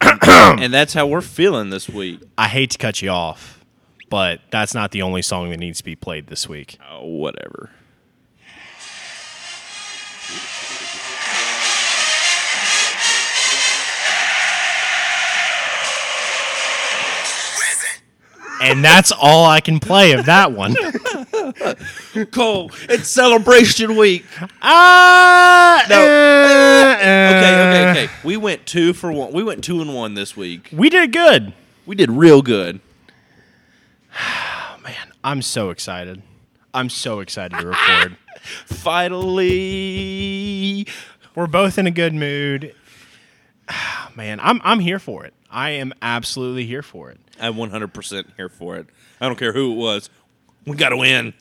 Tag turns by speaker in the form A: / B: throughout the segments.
A: and that's how we're feeling this week.
B: I hate to cut you off, but that's not the only song that needs to be played this week.
A: Oh, whatever.
B: And that's all I can play of that one.
A: Cole, it's celebration week.
B: Ah,
A: No.
B: eh,
A: Okay, okay,
B: eh.
A: okay. We went two for one. We went two and one this week.
B: We did good.
A: We did real good.
B: I'm so excited. I'm so excited to record.
A: Finally.
B: We're both in a good mood. Man, I'm I'm here for it. I am absolutely here for it.
A: I'm 100% here for it. I don't care who it was. We got to win.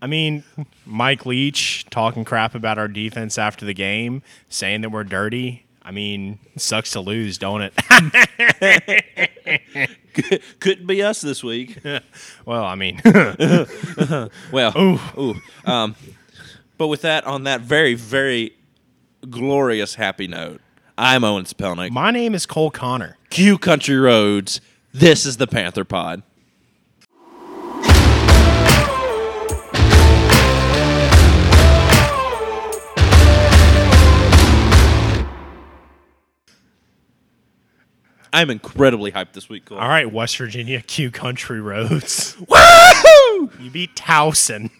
B: I mean, Mike Leach talking crap about our defense after the game, saying that we're dirty. I mean, sucks to lose, don't it?
A: Couldn't be us this week.
B: well, I mean,
A: Well, ooh. Um, but with that, on that very, very glorious happy note, I'm Owen Spelnick.
B: my name is Cole Connor.
A: Q Country Roads. This is the Panther Pod. I'm incredibly hyped this week, Cole.
B: All right, West Virginia Q Country Roads.
A: Woo!
B: You beat Towson.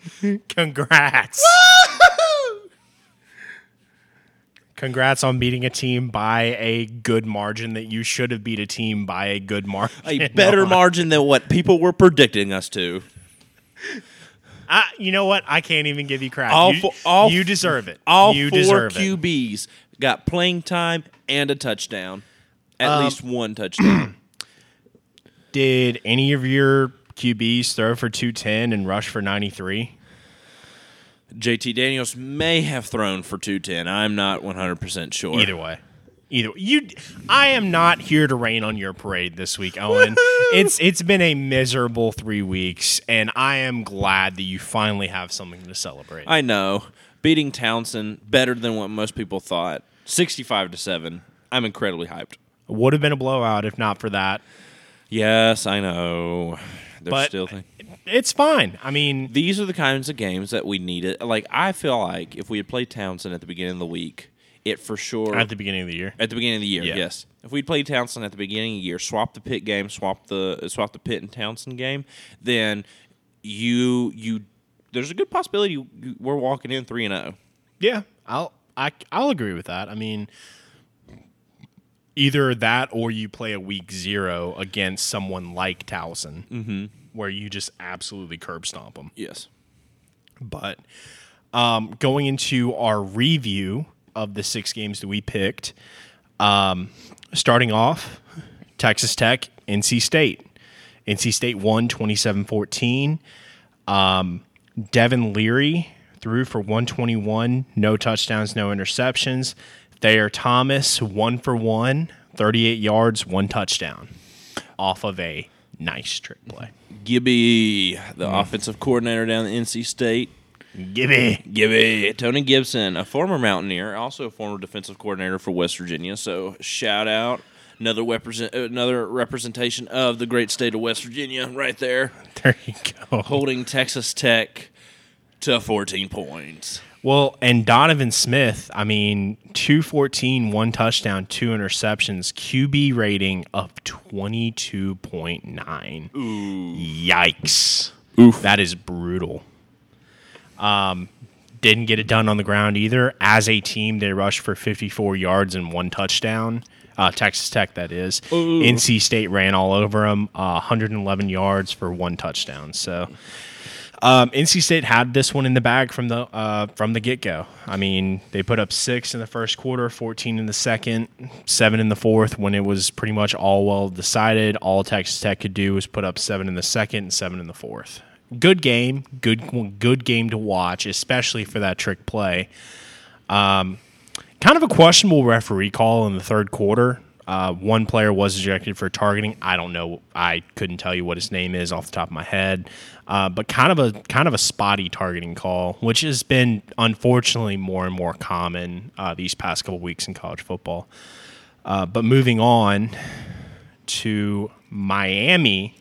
B: Congrats. Congrats on beating a team by a good margin that you should have beat a team by a good margin.
A: A better
B: on.
A: margin than what people were predicting us to.
B: I, you know what? I can't even give you crap.
A: All
B: you,
A: four- all
B: you
A: f-
B: deserve it.
A: All
B: you
A: four
B: deserve it.
A: QBs got playing time and a touchdown. At
B: Um,
A: least one touchdown.
B: Did any of your QBs throw for 210 and rush for 93?
A: JT Daniels may have thrown for 210. I'm not 100% sure.
B: Either way. Either you I am not here to rain on your parade this week, Owen. it's it's been a miserable 3 weeks and I am glad that you finally have something to celebrate.
A: I know. Beating Townsend better than what most people thought. 65 to 7. I'm incredibly hyped.
B: Would have been a blowout if not for that.
A: Yes, I know. There's
B: But
A: still things.
B: It's fine. I mean,
A: these are the kinds of games that we needed. Like I feel like if we had played Townsend at the beginning of the week, it for sure
B: at the beginning of the year.
A: At the beginning of the year,
B: Yeah.
A: yes. If we'd played Townsend at the beginning of the year, swap the pit game, swap the uh, swap the pit and Townsend game, then you you there's a good possibility you- we're walking in three and oh. zero.
B: Yeah, I'll I, I'll agree with that. I mean, either that or you play a week zero against someone like Towson, where you just absolutely curb stomp them.
A: Yes.
B: But um, going into our review of the six games that we picked, um, starting off, Texas Tech, NC State. NC State won 27 14. Um, Devin Leary threw for 121, no touchdowns, no interceptions. Thayer Thomas, one for one, 38 yards, one touchdown off of a nice trick play.
A: Gibby, the offensive coordinator down at NC State.
B: Gimme.
A: Gibby. Tony Gibson, a former Mountaineer, also a former defensive coordinator for West Virginia. So shout out. Another represent another representation of the great state of West Virginia right there.
B: There you go.
A: holding Texas Tech to 14 points.
B: Well, and Donovan Smith, I mean, 214, one touchdown, two interceptions, QB rating of 22.9. Ooh. Yikes. Oof. That is brutal. Um, didn't get it done on the ground either. As a team, they rushed for 54 yards and one touchdown. Uh, Texas Tech, that is. NC State ran all over them, uh, 111 yards for one touchdown. So. Um, NC State had this one in the bag from the uh, from the get go. I mean, they put up six in the first quarter, fourteen in the second, seven in the fourth. When it was pretty much all well decided, all Texas Tech could do was put up seven in the second and seven in the fourth. Good game, good good game to watch, especially for that trick play. Um, kind of a questionable referee call in the third quarter. Uh, one player was ejected for targeting. I don't know. I couldn't tell you what his name is off the top of my head. Uh, but kind of a kind of a spotty targeting call, which has been unfortunately more and more common uh, these past couple weeks in college football. Uh, but moving on to Miami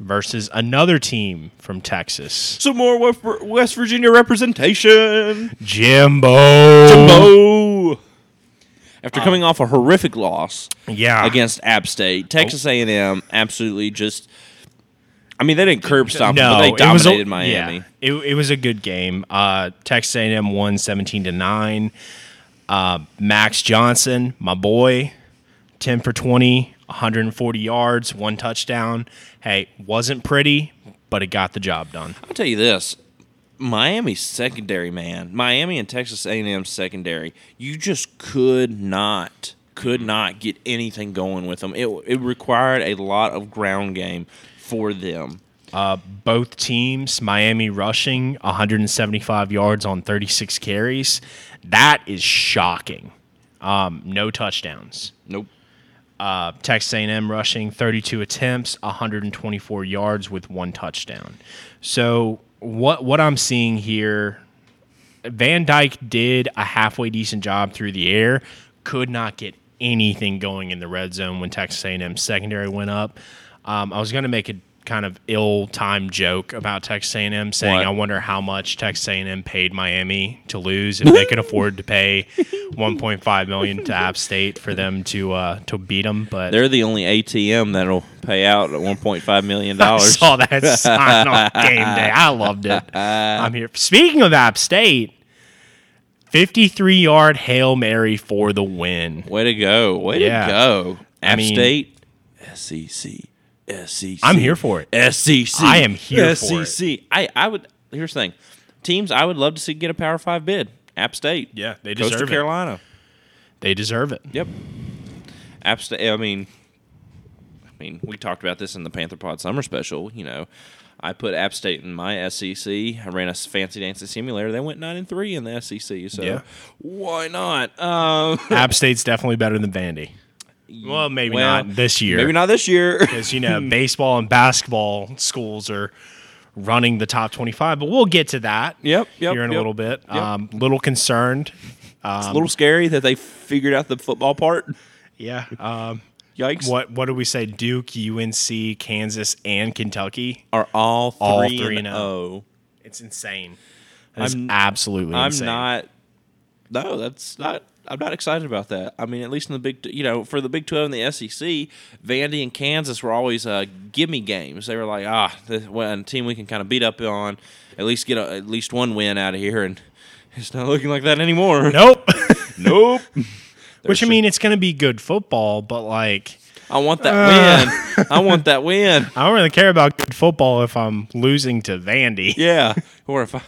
B: versus another team from Texas.
A: Some more West West Virginia representation.
B: Jimbo.
A: Bo. After coming off a horrific loss
B: Yeah.
A: against App State, Texas A&M absolutely just. I mean, they didn't curb stop, them,
B: No,
A: but they
B: it was a-
A: dominated Miami.
B: yeah, it, it was a good game. Uh, Texas A&M won 17 to 9. Uh, Max Johnson, my boy, 10 for 20, 140 yards, one touchdown. Hey, wasn't pretty, but it got the job done.
A: I'll tell you this. Miami's secondary, man. Miami and Texas A&M secondary. You just could not could not get anything going with them. It it required a lot of ground game for them.
B: Both teams, Miami rushing 175 yards on 36 carries. That is shocking. Um, no touchdowns.
A: Nope.
B: Uh, Texas A&M rushing 32 attempts, 124 yards with one touchdown. So what what I'm seeing here, Van Dyke did a halfway decent job through the air, could not get anything going in the red zone when Texas A&M secondary went up. Um, I was going to make a kind of ill-timed joke about Texas A&M saying
A: What?
B: I wonder how much Texas A&M paid Miami to lose if they could afford to pay 1.5 million to App State for them to uh, to beat them but
A: They're the only ATM that'll pay out at 1.5 million
B: I
A: dollars.
B: saw that sign on game day. I loved it. I'm here. Speaking of App State, 53 yard Hail Mary for the win.
A: Way to go. Way
B: Yeah.
A: to go. App
B: mean-
A: State E SEC SEC.
B: I'm here for it.
A: SEC.
B: I am here
A: SEC.
B: for it.
A: E I I would. Here's the thing. Teams I would love to see get a Power Five bid. App State.
B: Yeah, they
A: Coastal
B: deserve it.
A: Carolina.
B: They deserve it.
A: Yep. App State. I mean, I mean, we talked about this in the Panther Pod Summer Special. You know, I put App State in my SEC. I ran a s- fancy dancing simulator. They went nine and three in the SEC. So
B: Yeah.
A: why not? Um,
B: App State's definitely better than Vandy. Well, maybe
A: well,
B: not this year.
A: maybe not this year.
B: Because, you know, baseball and basketball schools are running the top 25, but we'll get to that
A: Yep, yep,
B: here in a
A: yep,
B: little bit. Um, little concerned.
A: it's a
B: um,
A: little scary that they figured out the football part.
B: Yeah. Um,
A: Yikes!
B: what what do we say? Duke, UNC, Kansas, and Kentucky.
A: Are all three,
B: All three
A: three
B: and
A: and
B: oh.
A: oh.
B: It's insane. It's
A: I'm-
B: absolutely
A: I'm
B: insane.
A: not. No, that's not. I'm not excited about that. I mean, at least in the big, you know, for the Big Twelve and the SEC, Vandy and Kansas were always uh, gimme games. They were like, ah, this one team we can kind of beat up on, at least get a, at least one win out of here, and it's not looking like that anymore.
B: Nope.
A: nope.
B: Which I mean, it's going to be good football, but like,
A: I want that win. I want that win.
B: I don't really care about good football if I'm losing to Vandy.
A: Yeah. Or if I.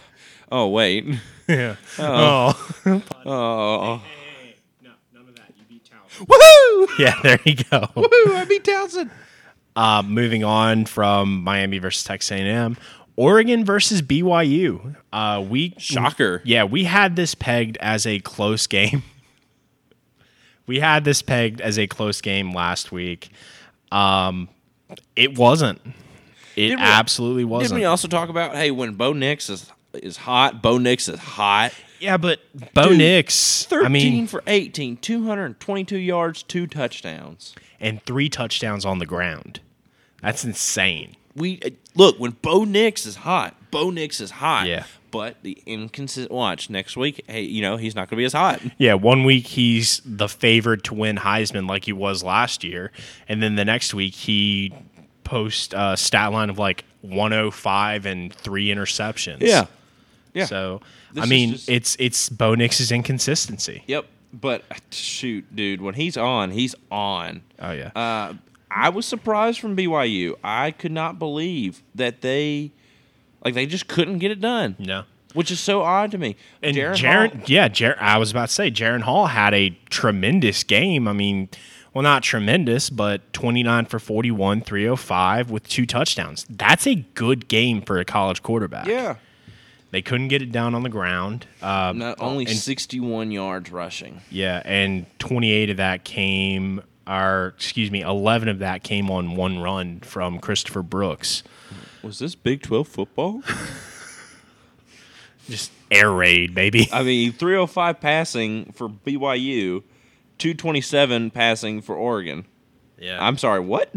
A: Oh wait.
B: Yeah. Oh.
A: Oh.
B: No, none of that. You beat Townsend.
A: Woohoo!
B: Yeah, there you go.
A: Woo! I beat Townsend.
B: Uh, moving on from Miami versus Texas A&M, Oregon versus BYU. Uh, we
A: Shocker.
B: Yeah, we had this pegged as a close game. we had this pegged as a close game last week. Um, it wasn't. It
A: Didn't we-
B: absolutely
A: Didn't
B: wasn't.
A: we also talk about hey when Bo Nix is is hot, Bo Nix is hot.
B: yeah, but Bo
A: Dude,
B: Nix.
A: Thirteen
B: I mean,
A: for 18, 222 yards, two touchdowns.
B: and three touchdowns on the ground. That's insane.
A: We uh, look when Bo Nix is hot, Bo Nix is hot.
B: Yeah.
A: But the inconsistent watch next week, hey, you know he's not going to be as hot.
B: Yeah, one week he's the favorite to win Heisman like he was last year, and then the next week he posts a stat line of like 105 and three interceptions.
A: yeah.
B: So
A: This
B: I
A: is
B: mean,
A: just-
B: it's it's Bo Nix's inconsistency.
A: Yep. But uh, shoot, dude, when he's on, he's on.
B: Oh yeah.
A: Uh, I was surprised from BYU. I could not believe that they, like, they just couldn't get it done.
B: no.
A: which is so odd to me.
B: And
A: Jaren
B: Jaron,
A: Hall-
B: yeah, Jaron. I was about to say Jaron Hall had a tremendous game. I mean, well, not tremendous, but 29 for 41, 305 with two touchdowns. That's a good game for a college quarterback.
A: yeah,
B: They couldn't get it down on the ground. Uh,
A: not only
B: and-
A: 61 yards rushing.
B: yeah, and 28 of that came, or excuse me, 11 of that came on one run from Christopher Brooks.
A: Was this Big 12 football?
B: Just air raid, baby.
A: I mean, 305 passing for BYU, 227 passing for Oregon.
B: Yeah.
A: I'm sorry, what?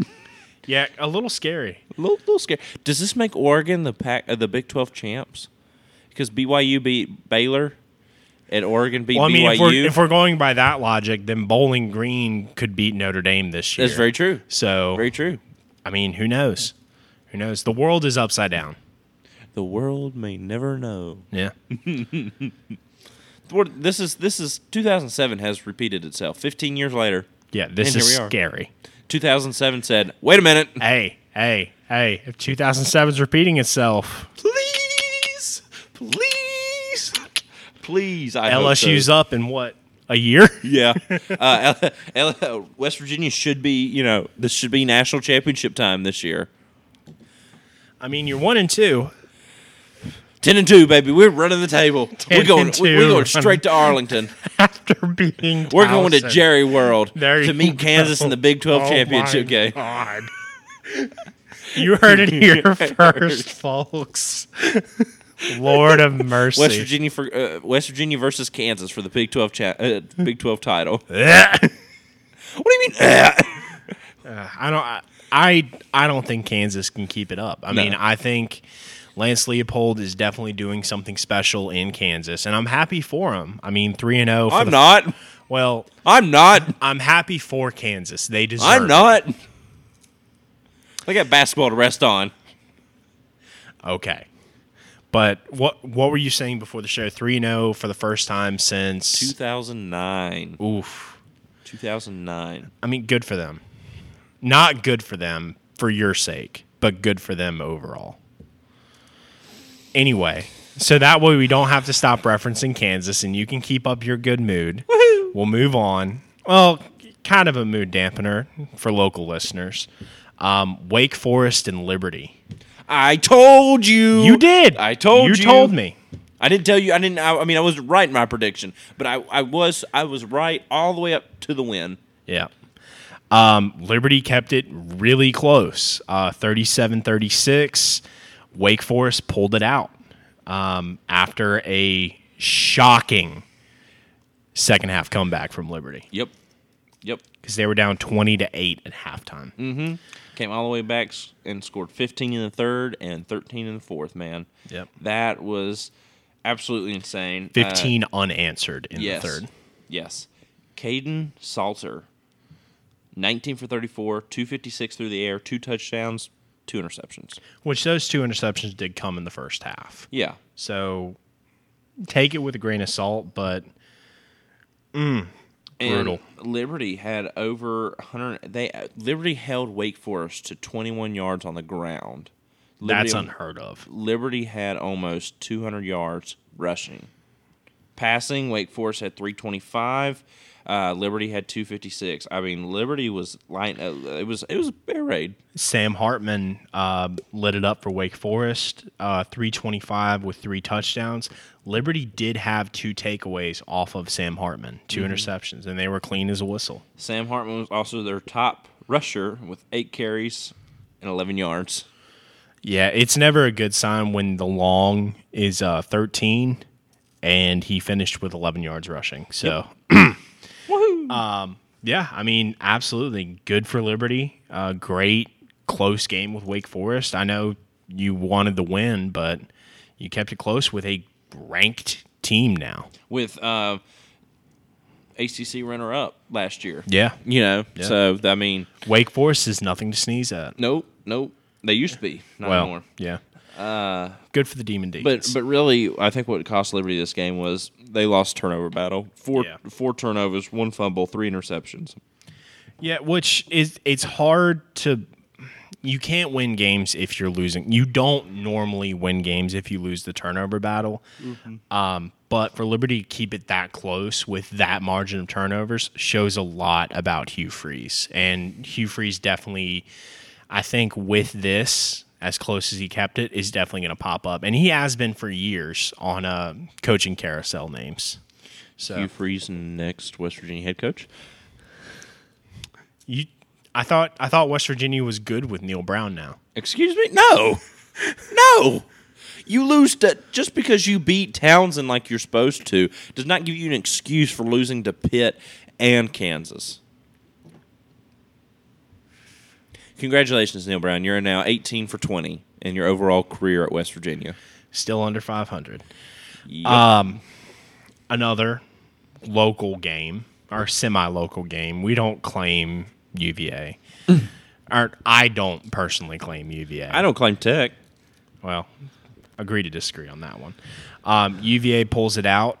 B: yeah, a little scary.
A: little, little scary. Does this make Oregon the pack uh, the Big Twelve champs? Because BYU beat Baylor, and Oregon beat
B: Well, I mean,
A: BYU.
B: if we're, if we're going by that logic, then Bowling Green could beat Notre Dame this year.
A: That's very true.
B: So,
A: Very true.
B: I mean, who knows? Who knows? The world is upside down.
A: The world may never know.
B: Yeah.
A: What- This is this is 2007 has repeated itself. 15 years later,
B: Yeah, this
A: And
B: is
A: here we are.
B: scary.
A: 2007 said, "Wait a minute,
B: Hey, hey, hey, if 2007's repeating itself,
A: please, please, please." I hope so.
B: LSU's up in what, a year?
A: Yeah, uh, L- L- West Virginia should be. You know, this should be national championship time this year.
B: I mean, you're one and two.
A: Ten and two, baby. We're running the table. We're
B: 10
A: going.
B: and
A: we-
B: two.
A: We're going straight to Arlington.
B: after beating.
A: We're going to
B: Towson.
A: Jerry World
B: There
A: to
B: you
A: meet Kansas in the Big Twelve
B: Oh
A: championship
B: my
A: game.
B: God. you heard it here first, folks. Lord of mercy.
A: West Virginia for uh, West Virginia versus Kansas for the Big Twelve cha- uh, Big Twelve title. What do you mean? eh?
B: Uh, I don't. I, I I don't think Kansas can keep it up. I
A: No.
B: mean, I think Lance Leopold is definitely doing something special in Kansas, and I'm happy for him. I mean, three and zero.
A: I'm not.
B: Well,
A: I'm not.
B: I'm happy for Kansas. They deserve.
A: I'm
B: it.
A: not. They got basketball to rest on.
B: Okay. But what what were you saying before the show? 3 0 for the first time since.
A: 2009.
B: Oof.
A: 2009.
B: I mean, good for them. Not good for them for your sake, but good for them overall. Anyway, so that way we don't have to stop referencing Kansas and you can keep up your good mood. We'll move on. Well, kind of a mood dampener for local listeners. Um, Wake Forest and Liberty.
A: I told you.
B: You did.
A: I told you.
B: You told me.
A: I didn't tell you. I didn't. I, I mean, I was right in my prediction, but I, I was I was right all the way up to the win.
B: Yeah. Um, Liberty kept it really close, uh, 37 36. Wake Forest pulled it out um, after a shocking second half comeback from Liberty
A: Yep. Yep.
B: because they were down 20 to 8 at halftime.
A: Mm. Came all the way back s- and scored 15 in the third and 13 in the fourth. Man.
B: Yep.
A: That was absolutely insane. Uh,
B: 15 unanswered in
A: yes.
B: the third.
A: Yes. Caden Salter, 19 for 34, 256 through the air, two touchdowns, two interceptions.
B: Which those two interceptions did come in the first half.
A: Yeah.
B: So take it with a grain of salt, but
A: And
B: Brutal.
A: Liberty had over 100. They Liberty held Wake Forest to 21 yards on the ground. Liberty,
B: that's unheard of.
A: Liberty had almost 200 yards rushing, passing. Wake Forest had 325. Uh, Liberty had 256. I mean, Liberty was light. Uh, it was it was a bear raid.
B: Sam Hartman uh, lit it up for Wake Forest, uh, 325 with three touchdowns. Liberty did have two takeaways off of Sam Hartman, 2 interceptions, and they were clean as a whistle.
A: Sam Hartman was also their top rusher with eight carries and 11 yards.
B: Yeah, it's never a good sign when the long is uh, 13 and he finished with 11 yards rushing. So, Um,
A: Woohoo!
B: yeah, I mean, absolutely good for Liberty. Uh, great close game with Wake Forest. I know you wanted the win, but you kept it close with a ranked team now.
A: with uh, ACC runner up last year.
B: Yeah.
A: You know,
B: Yeah.
A: so I mean,
B: Wake Forest is nothing to sneeze at.
A: nope, nope. They used to be, not
B: well,
A: anymore.
B: yeah. Uh, Good for the Demon
A: But
B: Deacons.
A: but really, I think what cost Liberty this game was they lost turnover battle. Four
B: Yeah.
A: four turnovers, one fumble, three interceptions.
B: yeah, which is it's hard to you can't win games if you're losing. You don't normally win games if you lose the turnover battle. Um, but for Liberty to keep it that close with that margin of turnovers shows a lot about Hugh Freeze. And Hugh Freeze definitely, I think, with this, as close as he kept it, is definitely going to pop up. And he has been for years on uh, coaching carousel names. So
A: Hugh Freeze next West Virginia head coach.
B: you, I thought I thought West Virginia was good with Neil Brown now.
A: Excuse me? No. No. You lose to just because you beat Townsend like you're supposed to does not give you an excuse for losing to Pitt and Kansas. Congratulations, Neil Brown. You're now 18 for 20 in your overall career at West Virginia.
B: Still under 500.
A: Yep.
B: Another local game or semi-local game. We don't claim UVA. or I don't personally claim UVA.
A: I don't claim tech.
B: Well, agree to disagree on that one. Um, UVA pulls it out.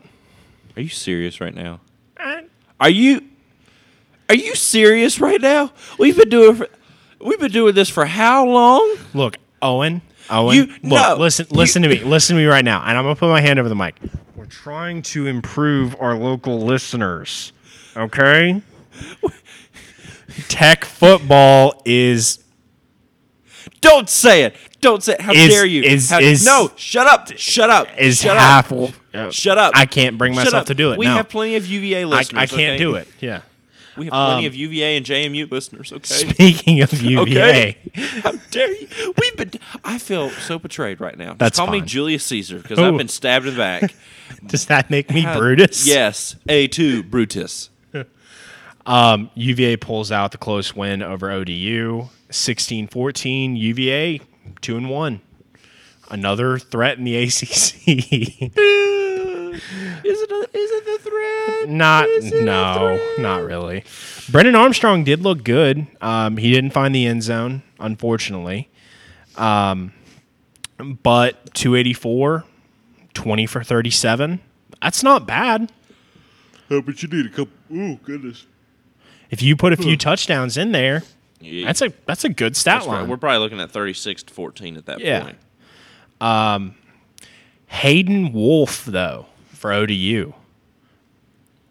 A: Are you serious right now?
B: Eh,
A: Are you Are you serious right now? We've been doing for, we've been doing this for how long?
B: Look, Owen. Owen,
A: You-
B: look,
A: no,
B: listen,
A: you-
B: listen to me, listen to me right now, and I'm gonna put my hand over the mic. We're trying to improve our local listeners, okay? Tech football is
A: Don't say it. Don't say it. How
B: Is-
A: dare you?
B: is-
A: How-
B: is-
A: no, shut up. Shut up.
B: is
A: shut
B: half.
A: up. Shut up.
B: I can't bring
A: Shut
B: myself
A: up.
B: to do it.
A: We
B: no.
A: have plenty of UVA
B: I,
A: listeners.
B: I can't
A: okay?
B: do it. Yeah.
A: We have plenty
B: Um,
A: of UVA and JMU listeners, okay?
B: Speaking of UVA,
A: Okay. How dare you? We've been I feel so betrayed right now. Just
B: That's
A: call me
B: fine.
A: Julius Caesar because I've
B: Ooh.
A: been stabbed in the back.
B: does that make me
A: How-
B: Brutus?
A: Yes. A2 Brutus.
B: Um, UVA pulls out the close win over ODU, 16-14. UVA two and one. Another threat in the ACC.
A: Is it, a, is it the threat?
B: not
A: Is it a
B: no,
A: threat?
B: not really. Brendan Armstrong did look good. Um, he didn't find the end zone, unfortunately. Um, but 284, 20 for 37. That's not bad.
C: Oh, but you need a couple. Oh, goodness.
B: If you put a
A: Hmm.
B: few touchdowns in there,
A: Yeah.
B: that's a that's a good stat
A: That's
B: line.
A: right. We're probably looking at 36 to 14 at that
B: Yeah.
A: point.
B: Hayden Wolf, though, for ODU.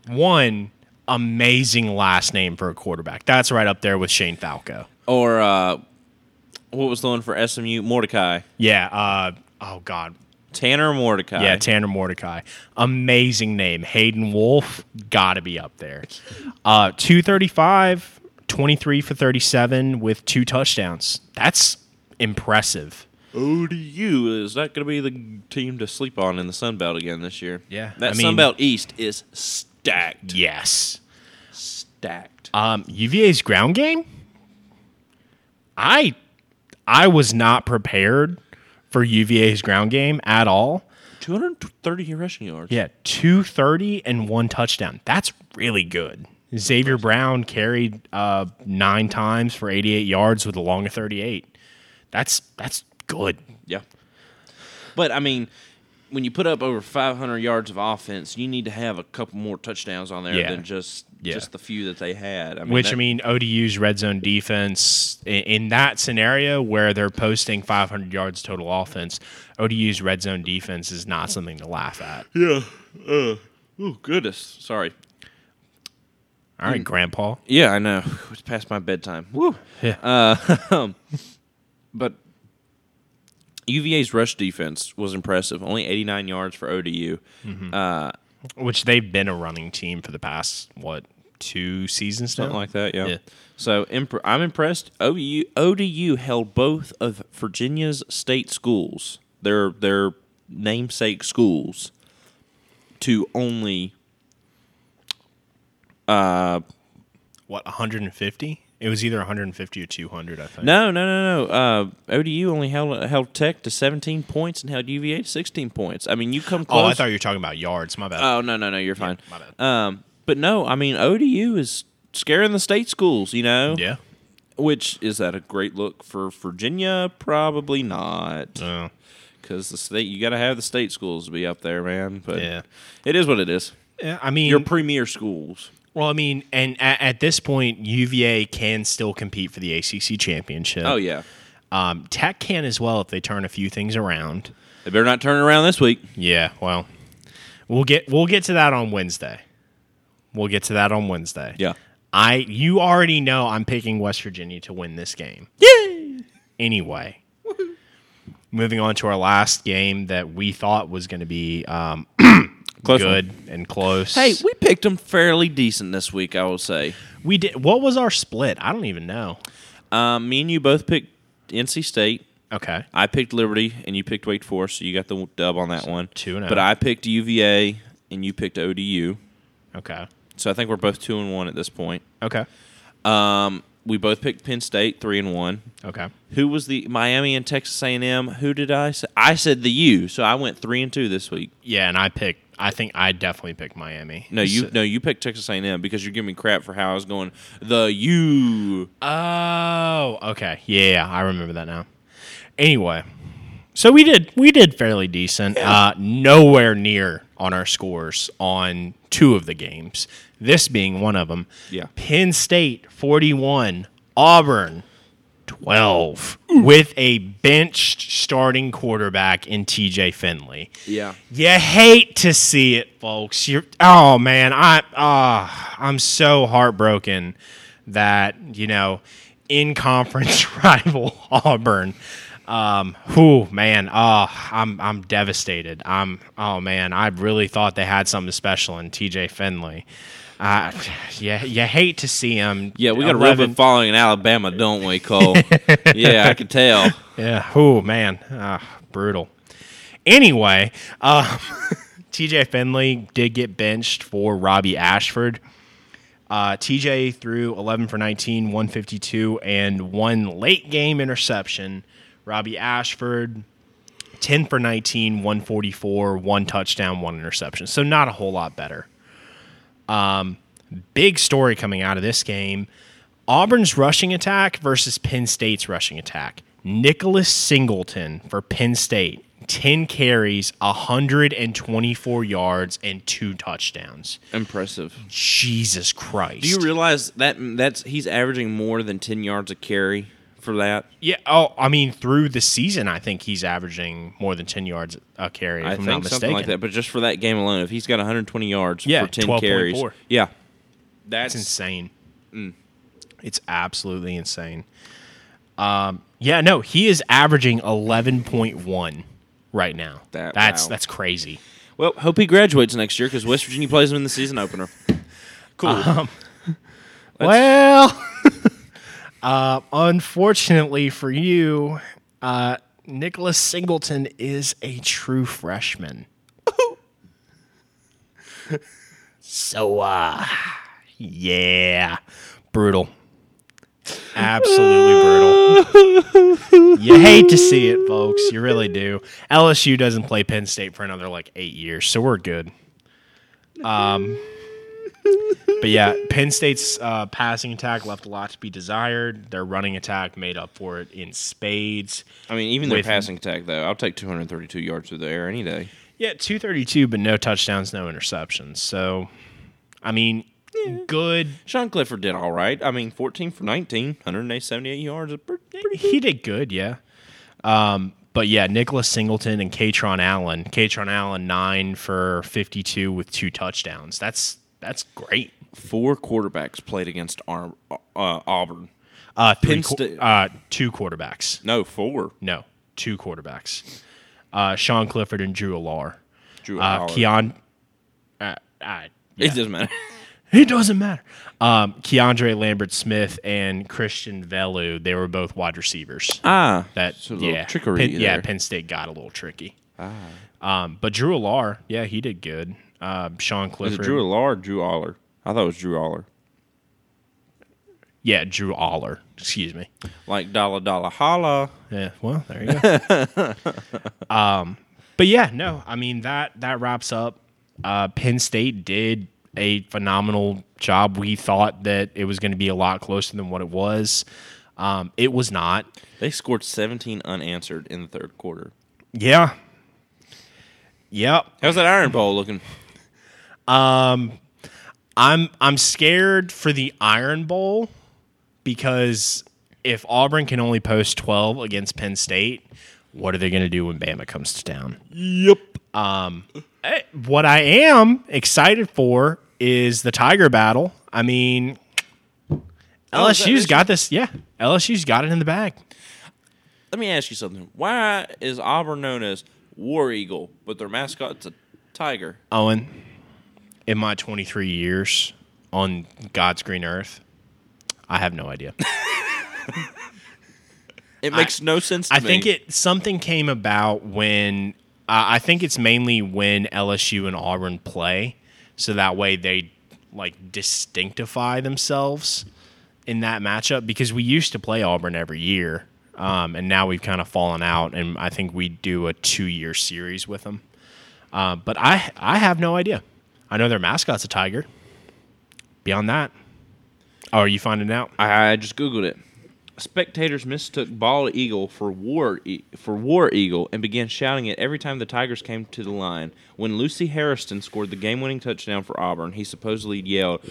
B: One amazing last name for a quarterback. That's right up there with Shane Falco.
A: Or uh, what was the one for SMU? Mordecai.
B: Yeah. Uh, oh, God.
A: Tanner Mordecai.
B: Yeah, Tanner Mordecai. Amazing name. Hayden Wolf, got to be up there. Uh, 235, 23 for 37 with two touchdowns. That's impressive.
A: ODU is that going to be the team to sleep on in the Sun Belt again this year?
B: Yeah,
A: that
B: I
A: Sun
B: mean-
A: Belt East is stacked,
B: Yes.
A: stacked.
B: Um, UVA's ground game. I I was not prepared for UVA's ground game at all.
A: 230 rushing yards.
B: Yeah, two thirty and one touchdown. That's really good. Xavier Brown carried uh, nine times for eighty eight yards with a long of thirty eight. That's that's good.
A: yeah. But I mean, when you put up over 500 yards of offense, you need to have a couple more touchdowns on there
B: Yeah.
A: than just
B: Yeah.
A: just the few that they had. I mean,
B: Which
A: that-
B: I mean, ODU's red zone defense in, in that scenario where they're posting five hundred yards total offense, ODU's red zone defense is not something to laugh at.
C: Yeah. Uh,
A: oh goodness, sorry.
B: All
A: Mm.
B: right, Grandpa.
A: Yeah, I know. It's past my bedtime. Woo. Uh, but UVA's rush defense was impressive. Only 89 yards for ODU.
B: Which they've been a running team for the past what two seasons now?
A: Something like that, yeah.
B: Yeah.
A: So imp- I'm impressed. ODU, ODU held both of Virginia's state schools, their their namesake schools, to only
B: what 150? It was either 150 or 200, I think.
A: no no no no. Uh, ODU only held held Tech to 17 points and held UVA to 16 points. I mean, you come
B: oh,
A: close.
B: I thought you were talking about yards. My bad.
A: Oh no no no, you're fine.
B: my bad.
A: Um, but no, I mean ODU is scaring the state schools, you know.
B: yeah.
A: Which is that a great look for Virginia? Probably not,
B: Oh,
A: because the state you got to have the state schools to be up there, man. But
B: Yeah. Mm-hmm.
A: it is what it is.
B: yeah. I mean,
A: Your premier schools.
B: well, I mean, and at, at this point, UVA can still compete for the ACC championship.
A: Oh yeah,
B: Um, Tech can as well if they turn a few things around.
A: they better not turn around this week.
B: Yeah. Well, we'll get we'll get to that on Wednesday. We'll get to that on Wednesday.
A: Yeah.
B: I you already know I'm picking West Virginia to win this game.
A: Yeah.
B: anyway. Moving on to our last game that we thought was going to be um,
A: Close one.
B: good and close.
A: Hey, we picked them fairly decent this week, I will say.
B: we did. What was our split? I don't even know.
A: Um, me and you both picked NC State.
B: Okay,
A: I picked Liberty and you picked Wake Forest, so you got the dub on that one.
B: two and oh.
A: But I picked UVA and you picked ODU.
B: okay,
A: So I think we're both two and one at this point.
B: okay.
A: Um, we both picked Penn State three and one.
B: Okay.
A: Who was the Miami and Texas A and M? Who did I say? I said the U, so I went three and two this week.
B: Yeah, and I picked. I think I definitely picked Miami.
A: No, you no, you picked Texas A and M because you're giving me crap for how I was going the U.
B: Oh, okay. Yeah, I remember that now. Anyway, so we did we did fairly decent. Uh, nowhere near on our scores on two of the games. This being one of them.
A: Yeah.
B: Penn State forty one, Auburn twelve, with a benched starting quarterback in T.J. Finley.
A: Yeah,
B: You hate to see it, folks. You're oh man, I ah I'm so heartbroken that you know in conference rival Auburn. Um, who man, ah, I'm I'm devastated. I'm oh man, I really thought they had something special in T.J. Finley. Uh, yeah, you hate to see him.
A: yeah, we got a real bit following in Alabama, don't we, Cole? yeah, I could tell.
B: Yeah. Oh man, ah, brutal. Anyway, uh, TJ Finley did get benched for Robbie Ashford. Uh, TJ threw 11 for 19, 152, and one late game interception. Robbie Ashford, 10 for 19, 144, one touchdown, one interception. So not a whole lot better. Um, big story coming out of this game Auburn's rushing attack versus Penn State's rushing attack. Nicholas Singleton for Penn State, 10 carries, 124 yards, and two touchdowns.
A: Impressive.
B: Jesus Christ.
A: Do you realize that that's he's averaging more than ten yards a carry for that?
B: Yeah. Oh, I mean, through the season, I think he's averaging more than ten yards a carry. If I
A: I
B: am not
A: think
B: mistaken.
A: something like that. But just for that game alone, if he's got 120 yards
B: Yeah,
A: for 10
B: 12.4.
A: carries, yeah, that's
B: It's insane.
A: Mm.
B: It's absolutely insane. Um, yeah. No, he is averaging eleven point one right now.
A: That-
B: that's
A: wow.
B: that's crazy.
A: well. Hope he graduates next year because West Virginia plays him in the season opener. Cool.
B: Well, uh, unfortunately for you, uh, Nicholas Singleton is a true freshman. so, uh, yeah, brutal. Absolutely brutal. you hate to see it, folks. You really do. LSU doesn't play Penn State for another like eight years, so we're good. But yeah, Penn State's uh, passing attack left a lot to be desired. Their running attack made up for it in spades.
A: I mean, even their
B: With-
A: passing attack though, I'll take 232 yards through the air any day.
B: Yeah, 232, but no touchdowns, no interceptions. So, I mean, good.
A: Sean Clifford did all right. I mean, 14 for 19, 178 yards. is pretty- pretty-
B: He did good, yeah. Um, but yeah, Nicholas Singleton and Katron Allen. Katron Allen, nine for 52 with two touchdowns. That's that's great.
A: Four quarterbacks played against Ar- uh, Auburn.
B: Uh, three
A: Penn
B: qu-
A: State-
B: uh, two quarterbacks.
A: No, four.
B: No, two quarterbacks. Uh, Sean Clifford and Drew Alar.
A: Drew
B: Uh,
A: Aller.
B: Keon. Uh, I,
A: It doesn't matter.
B: it doesn't matter. Um, Keandre Lambert Smith and Christian Velu. They were both wide receivers.
A: ah,
B: That
A: so a little
B: yeah,
A: trickery.
B: Penn, yeah.
A: there. Ah.
B: Penn State got a little tricky. Um, but Drew Alar, yeah, he did good. Uh, Sean
A: Is
B: Clifford,
A: it Drew Alar or Drew Aller? I thought it was Drew Aller.
B: yeah, Drew Aller. Excuse me.
A: Like Dollar Dollar Holla.
B: Yeah. Well, there you go. um, but yeah, no, I mean that that wraps up. Uh, Penn State did a phenomenal job. We thought that it was going to be a lot closer than what it was. Um, it was not.
A: They scored 17 unanswered in the third quarter.
B: Yeah. Yep.
A: How's that Iron Bowl looking?
B: I'm I'm scared for the Iron Bowl because if Auburn can only post 12 against Penn State, what are they going to do when Bama comes to town?
C: Yep.
B: Eh, what I am excited for is the Tiger battle. I mean,
A: Oh, is that
B: LSU's
A: this
B: got this. Yeah, LSU's got it in the bag.
A: Let me ask you something. Why is Auburn known as War Eagle, but their mascot's a tiger?
B: Owen, in my 23 years on God's green earth, I have no idea.
A: It makes no sense to
B: I
A: me.
B: think it something came about when uh, I think it's mainly when LSU and Auburn play, so that way they like distinctify themselves in that matchup because we used to play Auburn every year, um, and now we've kind of fallen out. And I think we do a two-year series with them. Uh, but I I have no idea. I know their mascot's a tiger. Beyond that, oh, are you finding out?
A: I just googled it. Spectators mistook bald eagle for war e- for war eagle and began shouting it every time the Tigers came to the line. When Lucy Harrison scored the game-winning touchdown for Auburn, he supposedly yelled,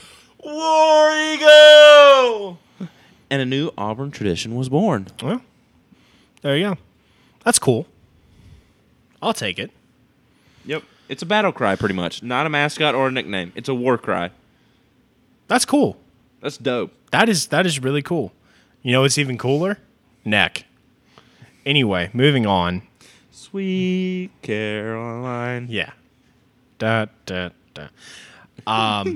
A: "War eagle!" And a new Auburn tradition was born.
B: Well, there you go. That's cool. I'll take it.
A: Yep, it's a battle cry, pretty much. Not a mascot or a nickname. It's a war cry.
B: That's cool.
A: That's dope.
B: That is that is really cool. You know what's even cooler? Neck. Anyway, moving on.
A: Sweet Caroline.
B: Yeah. Da, da, da. Um,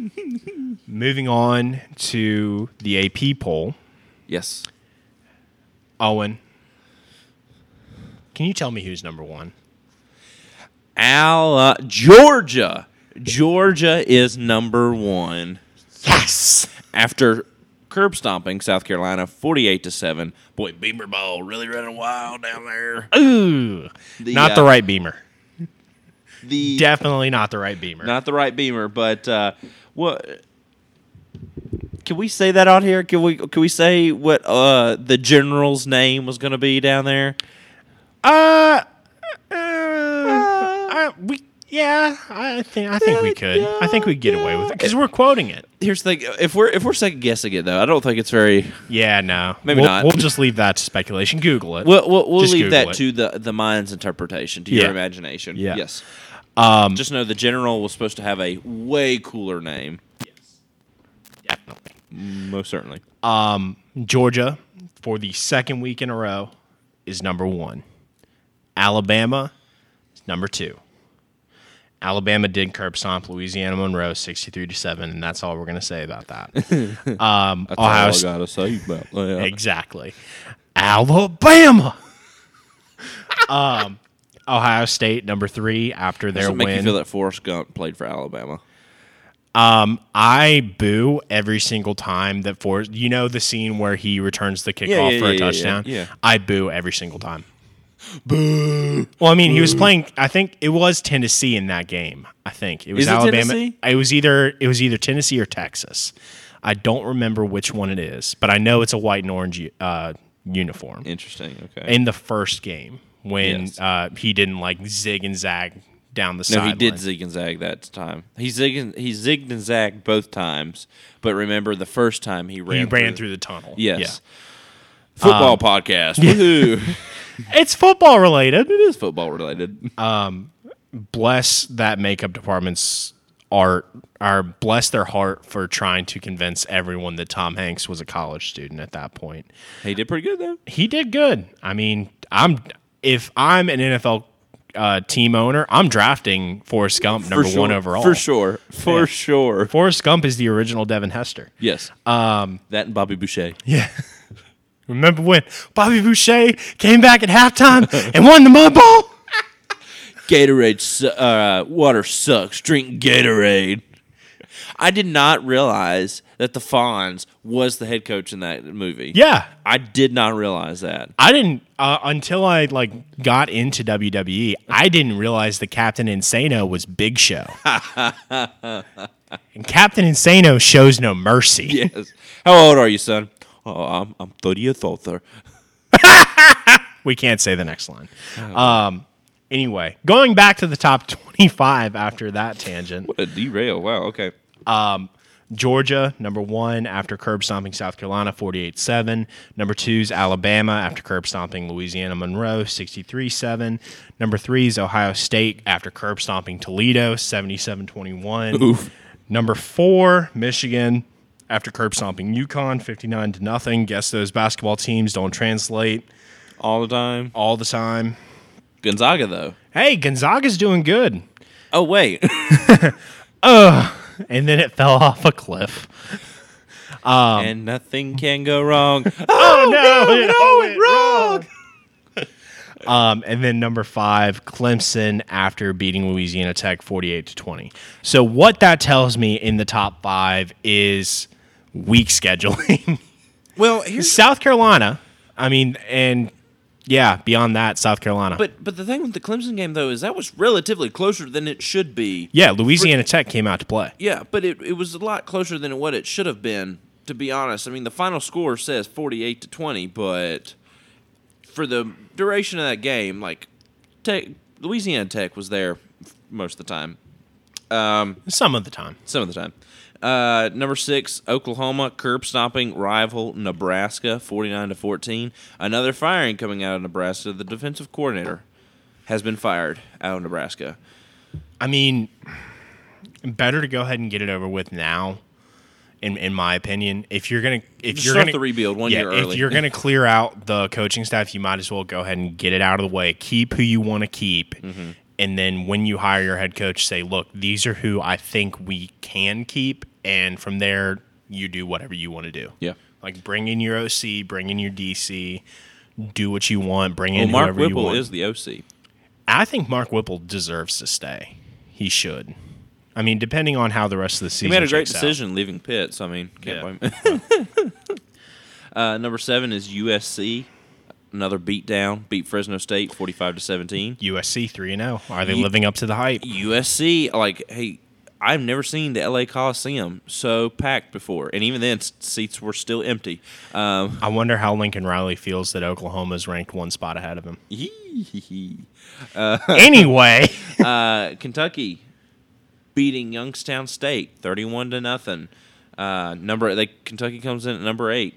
B: moving on to the AP poll.
A: Yes.
B: Owen, can you tell me who's number one?
A: Al uh, Georgia. Georgia is number one
B: Yes.
A: after curb stomping South Carolina forty-eight to seven. Boy, Beamer Ball really running wild down there.
B: Ooh.
A: The,
B: not
A: uh,
B: the right beamer.
A: The
B: Definitely not the right beamer.
A: not the right Beamer, but uh, what? Can we say that out here? Can we can we say what uh, the general's name was going to be down there?
B: Uh, uh, I, we yeah, I think I think we could. I think we get away with it because we're quoting it.
A: Here's the thing: if we're if we're second guessing it though, I don't think it's very.
B: Yeah, no,
A: Maybe
B: we'll,
A: not.
B: We'll just leave that to speculation. Google it.
A: We'll we'll, we'll
B: Just
A: leave
B: Google
A: that
B: it.
A: to the the mind's interpretation, to
B: Yeah.
A: your imagination.
B: Yeah. Um,
A: Yes. Just know the general was supposed to have a way cooler name.
B: Definitely.
A: Most certainly.
B: Georgia for the second week in a row is number one. Alabama is number two. Alabama did curb stomp Louisiana Monroe sixty-three to seven, and that's all we're gonna say about that. Um, Ohio State.
A: gotta say about
B: Exactly. Alabama. um, Ohio State number three after their
A: Doesn't make you
B: win.
A: feel that Forrest Gump played for Alabama.
B: I boo every single time that Forrest. You know the scene where he returns the kickoff
A: Yeah, yeah,
B: for
A: yeah,
B: a
A: yeah,
B: touchdown.
A: yeah.
B: I boo every single time. Boo. Well, I mean, he was playing. I think it was Tennessee in that game. I think it was
A: Is it
B: Alabama.
A: Tennessee?
B: It was either it was either Tennessee or Texas. I don't remember which one it is, but I know it's a white and orange uh, uniform.
A: Interesting. Okay.
B: in the first game when
A: Yes.
B: uh, he didn't like zig and zag down the
A: no,
B: sideline.
A: he did zig and zag that time. He zig and, he zigged and zagged both times, but remember the first time he ran.
B: He ran through Um, the tunnel.
A: Yes. Football podcast. Woohoo!
B: Yeah. It's football related.
A: it is football related.
B: Bless that makeup department's art, or bless their heart for trying to convince everyone that Tom Hanks was a college student at that point.
A: he did pretty good though.
B: He did good. I mean, I'm if I'm an NFL uh, team owner, I'm drafting Forrest Gump number
A: for sure.
B: one overall.
A: For sure. For
B: Yeah.
A: sure.
B: Forrest Gump is the original Devin Hester.
A: Yes. Um, that and Bobby Boucher.
B: Yeah. Remember when Bobby Boucher came back at halftime and won the mud ball?
A: Gatorade, su- uh, water sucks. Drink Gatorade. I did not realize that the Fonz was the head coach in that movie.
B: Yeah.
A: I did not realize that.
B: I didn't uh, until I like got into WWE. I didn't realize the Captain Insano was Big Show. and Captain Insano shows no mercy.
A: Yes. How old are you, son? Oh, I'm I'm thirtieth author.
B: We can't say the next line. Um, anyway, going back to the top 25 after that tangent.
A: What a derail! Wow. Okay.
B: Georgia, number one, after curb stomping South Carolina 48 7. Number two is Alabama, after curb stomping Louisiana Monroe 63 7. Number three is Ohio State, after curb stomping Toledo 77 21.
A: Oof.
B: Number four, Michigan, after curb stomping Yukon 59 to nothing. Guess those basketball teams don't translate
A: All the time.
B: all the time.
A: Gonzaga though.
B: Hey, Gonzaga's doing good.
A: Oh wait.
B: And then it fell off a cliff. Um,
A: and nothing can go wrong.
B: Oh, no, it all went wrong. um, and then number five, Clemson after beating Louisiana Tech forty-eight to twenty. So what that tells me in the top five is weak scheduling.
A: Well, here's
B: South Carolina. I mean, and yeah, beyond that, South Carolina.
A: but but the thing with the Clemson game though is that was relatively closer than it should be.
B: yeah, Louisiana Tech came out to play.
A: Yeah, but it, it was a lot closer than what it should have been, to be honest. I mean, the final score says 48 to 20, but for the duration of that game, like Tech, Louisiana Tech was there most of the time,
B: Some of the time.
A: some of the time. Uh, number six, Oklahoma curb stomping rival Nebraska, 49 to 14. Another firing coming out of Nebraska. The defensive coordinator has been fired out of Nebraska.
B: I mean, better to go ahead and get it over with now. In, in my opinion, if you're gonna if
A: Just
B: you're
A: start
B: gonna
A: the rebuild one
B: yeah,
A: year
B: if
A: early.
B: you're gonna clear out the coaching staff, you might as well go ahead and get it out of the way. Keep who you want to keep,
A: Mm-hmm.
B: and then when you hire your head coach, say, "Look, these are who I think we can keep," and from there you do whatever you want to do.
A: Yeah.
B: like bring in your OC, bring in your DC, do what you want, bring
A: Well,
B: in
A: Mark
B: whoever you
A: Whipple
B: want.
A: is the OC.
B: I think Mark Whipple deserves to stay. He should. I mean, depending on how the rest of the season.
A: He made a great
B: shakes out.
A: decision leaving Pitt, so I mean, can't blame him. uh, number seven is USC. Another beat down, beat Fresno State 45 to 17.
B: USC three and zero. Are they living up to the hype?
A: USC, like, hey, I've never seen the LA Coliseum so packed before, and even then, s- seats were still empty. Um,
B: I wonder how Lincoln Riley feels that Oklahoma's ranked one spot ahead of him. anyway,
A: uh, Kentucky beating Youngstown State 31 to nothing. Uh, number they Kentucky comes in at number eight.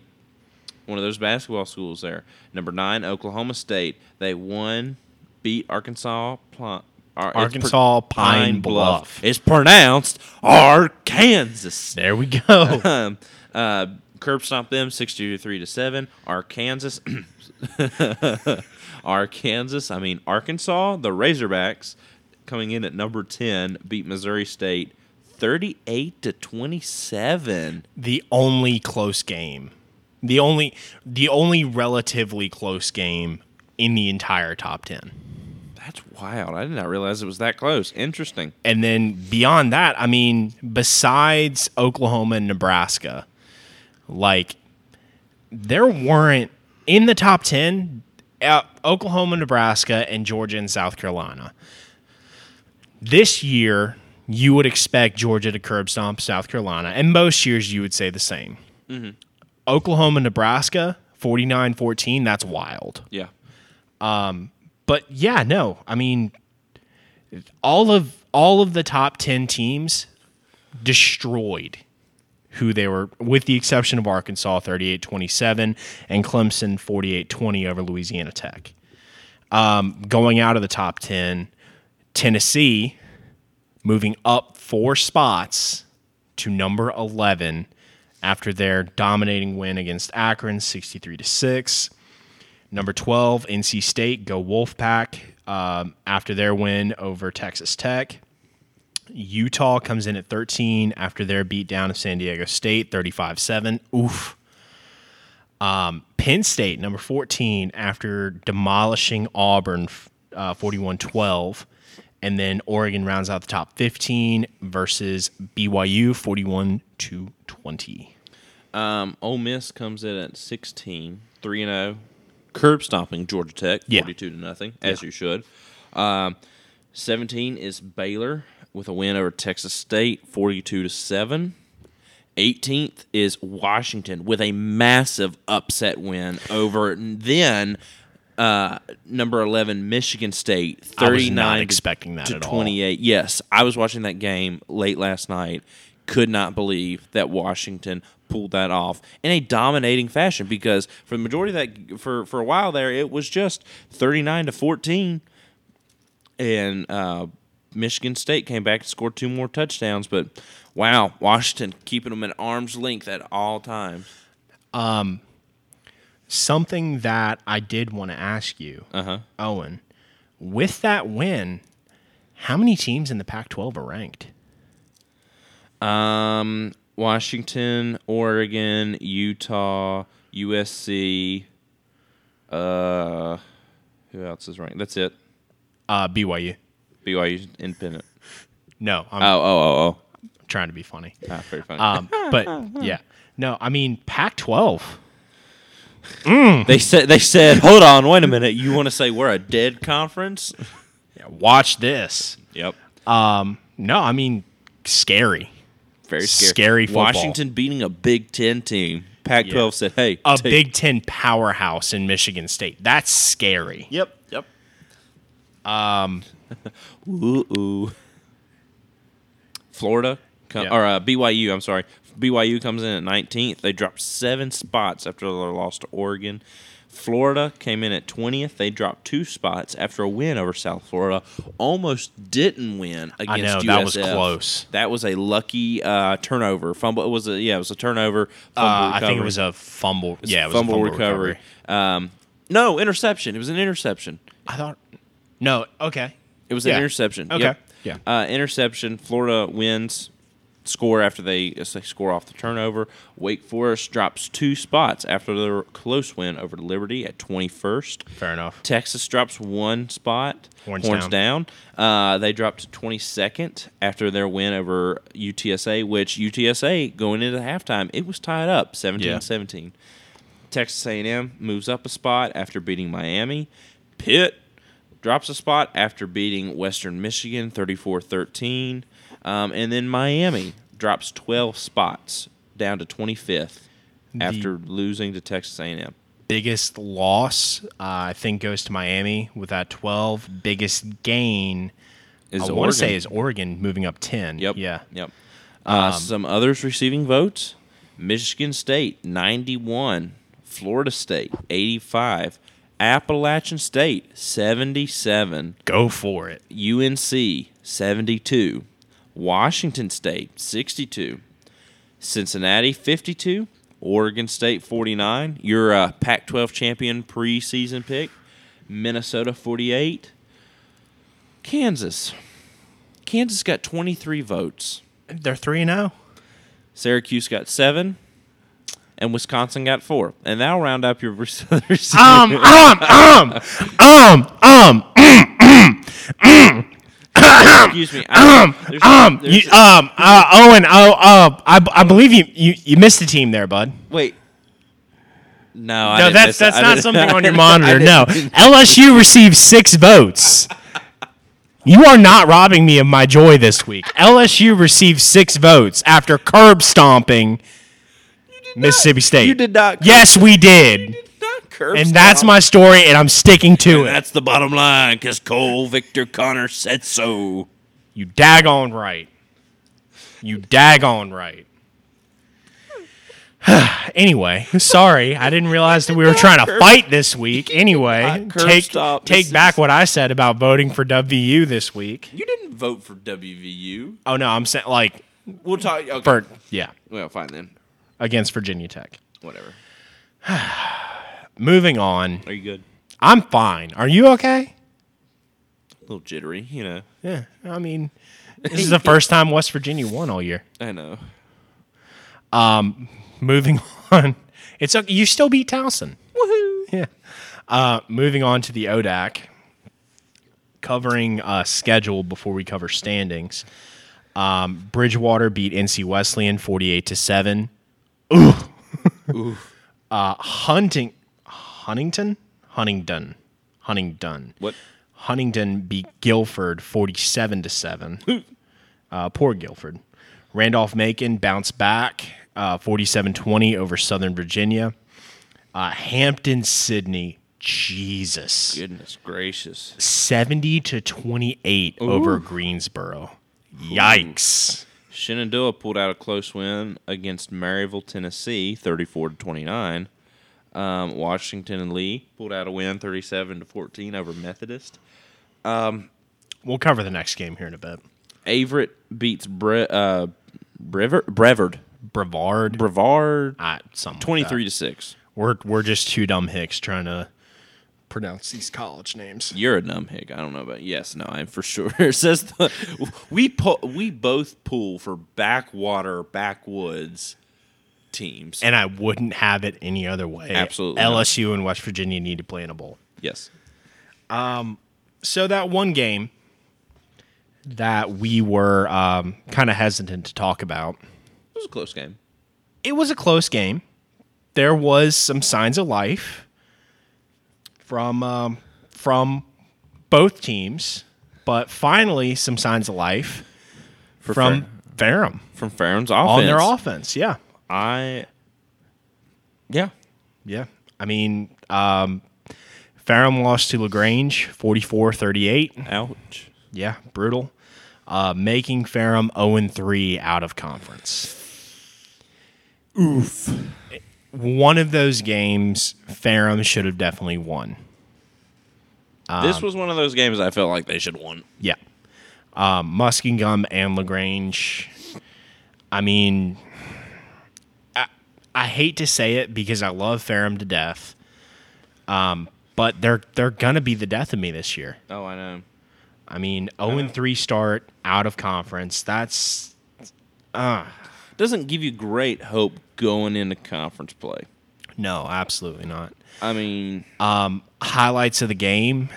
A: One of those basketball schools there. Number nine, Oklahoma State. They won, beat Arkansas. Pl- Ar- it's pr-
B: Arkansas Pine Bluff.
A: It's pronounced Arkansas.
B: there we go.
A: Um, uh, curb stomp them 63 to 7. Arkansas. Arkansas. I mean, Arkansas, the Razorbacks, coming in at number 10, beat Missouri State 38 to 27.
B: the only close game, the only, the only relatively close game in the entire top ten.
A: That's wild. I did not realize it was that close. Interesting.
B: And then beyond that, I mean, besides Oklahoma and Nebraska, like there weren't in the top 10 uh, Oklahoma, Nebraska, and Georgia and South Carolina. This year, you would expect Georgia to curb stomp South Carolina, and most years you would say the same. Oklahoma, Nebraska, 49 14, that's wild.
A: Yeah.
B: But yeah, no. I mean, all of all of the top ten teams destroyed who they were, with the exception of Arkansas, 38-27, and Clemson, 48-20 over Louisiana Tech. Um, going out of the top ten, Tennessee moving up four spots to number eleven after their dominating win against Akron, sixty-three to six. Number 12, NC State, go Wolfpack um, after their win over Texas Tech. Utah comes in at 13 after their beatdown of San Diego State, 35 7. Oof. Um, Penn State, number 14, after demolishing Auburn 41 12. And then Oregon rounds out the top 15 versus BYU 41 20.
A: Um, Ole Miss comes in at 16, 3 0. Curb stomping Georgia Tech,
B: Yeah.
A: 42 to nothing, as you should. Um, 17 is Baylor with a win over Texas State, 42 to 7. 18th is Washington with a massive upset win over then uh, number 11 Michigan State,
B: I
A: 39
B: was not
A: to-
B: expecting that
A: to
B: at all.
A: 28. Yes, I was watching that game late last night. Could not believe that Washington pulled that off in a dominating fashion because for the majority of that for for a while there it was just 39 to 14 and uh, Michigan State came back and scored two more touchdowns but wow, Washington keeping them at arm's length at all times.
B: something that I did want to ask you,
A: Uh-huh.
B: Owen. With that win, how many teams in the Pac-12 are ranked?
A: Um, Washington, Oregon, Utah, USC. Uh, who else is ranked? That's it.
B: Uh, BYU.
A: BYU independent.
B: No, I'm
A: Oh, oh, oh,
B: trying to be funny.
A: oh. Ah, very funny.
B: Um, but yeah, no, I mean Pac-12.
A: They said they said, "Hold on, wait a minute. You want to say we're a dead conference?"
B: Yeah, watch this.
A: Yep.
B: No, I mean scary.
A: Very scary.
B: Scary football.
A: Washington beating a Big 10 team. Pac-12
B: Yeah.
A: said, "Hey,
B: A
A: take-
B: Big Ten powerhouse in Michigan State. That's scary.
A: Yep, yep. Um, ooh, ooh. Florida come,
B: Yeah.
A: or uh, BYU. I'm sorry, BYU comes in at 19th. They dropped seven spots after their loss to Oregon. Florida came in at 20th. They dropped two spots after a win over South Florida. Almost didn't win against
B: I know,
A: USF.
B: that was close.
A: That was a lucky uh, turnover fumble. It was a yeah, it was a turnover. Fumble
B: Uh, I think it
A: recovery.
B: was a fumble. Yeah, it was
A: fumble,
B: a fumble
A: recovery. Um, no interception. It was an interception.
B: I thought. No. Okay.
A: It was
B: Yeah.
A: an interception.
B: Okay.
A: Yep.
B: Yeah.
A: Uh, interception. Florida wins. Score after they, as they score off the turnover. Wake Forest drops two spots after their close win over Liberty at 21st.
B: Fair enough.
A: Texas drops one spot.
B: Horns
A: down. Uh, they dropped to 22nd after their win over UTSA, which UTSA going into halftime it was tied up 17-17. Texas A&M moves up a spot after beating Miami. Pitt drops a spot after beating Western Michigan 34-13, um, and then Miami drops 12 spots down to 25th after losing to Texas A&M.
B: Biggest loss, uh, I think, goes to Miami with that 12. Biggest gain,
A: Is
B: I
A: Oregon.
B: want to say, is Oregon moving up 10.
A: Yep.
B: Yeah.
A: Yep. Uh, some others receiving votes: Michigan State, ninety-one; Florida State, eighty-five; Appalachian State, seventy-seven;
B: Go for it.
A: UNC, seventy-two; Washington State, sixty-two; Cincinnati, fifty-two; Oregon State, forty-nine. Your uh, Pac-12 champion preseason pick: Minnesota, forty-eight; Kansas. Kansas got twenty-three votes.
B: They're oh? 3 0.
A: Syracuse got seven, and Wisconsin got four. And that'll round up your receivers.
B: Um, um, um, um, um,
A: Excuse me. I- there's-
B: um,
A: there's-
B: you, um, uh, Owen, oh, uh, I, I believe you, you, you missed the team there, bud.
A: wait. No, I
B: No,
A: didn't
B: that's
A: miss it. I
B: that's not
A: didn't-
B: something on your
A: I
B: monitor.
A: didn't-
B: No, LSU received six votes. You are not robbing me of my joy this week. LSU received six votes after curb stomping Mississippi State.
A: you did not curb-
B: Yes, we did.
A: Not curb
B: And that's
A: stop.
B: my story, and I'm sticking to it.
A: That's the bottom line, because Cole Victor Connor said so.
B: You daggone right. You daggone right. anyway, sorry, I didn't realize that we were trying to fight this week. Anyway,
A: not curb
B: take
A: stop. This
B: take
A: is-
B: back what I said about voting for WVU this week.
A: You didn't vote for WVU.
B: Oh no, I'm saying like
A: We'll talk. Okay.
B: for yeah
A: Well, fine then.
B: against Virginia Tech.
A: Whatever.
B: Moving on.
A: Are you good?
B: I'm fine. Are you okay?
A: A little jittery, you know.
B: Yeah. I mean, this is the first time West Virginia won all year.
A: I know.
B: Moving on. It's okay. You still beat Towson.
A: Woohoo!
B: Yeah. Uh, moving on to the ODAC, covering uh, schedule before we cover standings. Um, Bridgewater beat NC Wesleyan forty-eight to seven. Ooh. Uh, Hunting, Huntington, Huntingdon, Huntingdon.
A: What?
B: Huntington beat Guilford forty-seven to seven. Uh, poor Guilford. Randolph Macon bounced back uh, 47-20 over Southern Virginia. Uh, Hampton Sydney, Jesus,
A: Goodness gracious.
B: seventy to twenty-eight over Greensboro. Yikes!
A: Shenandoah pulled out a close win against Maryville, Tennessee, 34 to 29. Um, Washington and Lee pulled out a win, 37 to 14 over Methodist.
B: We'll cover the next game here in a bit.
A: Averett beats Bre- uh, Brever- Brevard,
B: Brevard,
A: Brevard,
B: Ah, something like that.
A: 23 to 6.
B: We're we're just two dumb hicks trying to pronounce these college names.
A: You're a numb hick. I don't know about yes, no. I'm for sure. It says the, we pu- we both pull for backwater, backwoods teams.
B: And I wouldn't have it any other way.
A: Absolutely not.
B: LSU and West Virginia need to play in a bowl.
A: yes,
B: so that one game that we were um, kind of hesitant to talk about,
A: it was a close game.
B: it was a close game. there was some signs of life from um, from both teams, but finally some signs of life
A: For
B: from
A: Fer-
B: Ferrum
A: from Farron's offense.
B: on their offense. Yeah,
A: I yeah.
B: yeah. I mean, um, Ferrum lost to Lagrange 44-38.
A: Ouch.
B: Yeah, brutal. Uh, making Ferrum 0-3 out of conference.
A: Oof.
B: one of those games Ferrum should have definitely won.
A: this was one of those games I felt like they should won.
B: Yeah. Um, Muskingum and LaGrange. I mean, I, I hate to say it because I love Ferrum to death. Um, but they're they're gonna be the death of me this year.
A: Oh, I know.
B: I mean, 0 and 3 start out of conference. That's
A: Doesn't give you great hope going into conference play.
B: no, absolutely not.
A: I mean,
B: Um, highlights of the game.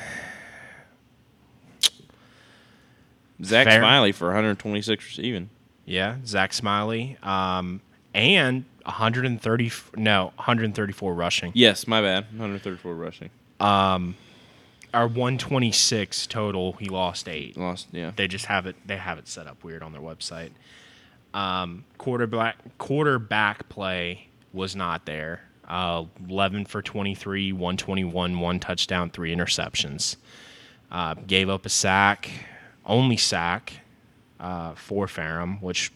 A: Zach
B: Fair.
A: Smiley for 126 receiving.
B: Yeah, Zach Smiley. Um, and 130 no 134 rushing
A: Yes, my bad. 134 rushing.
B: or 126 total. He lost eight.
A: Lost. Yeah.
B: They just have it. They have it set up weird on their website. Um, quarterback quarterback play was not there. Uh, 11 for 23, 121, one touchdown, three interceptions. Uh, gave up a sack, only sack uh, for Ferrum, which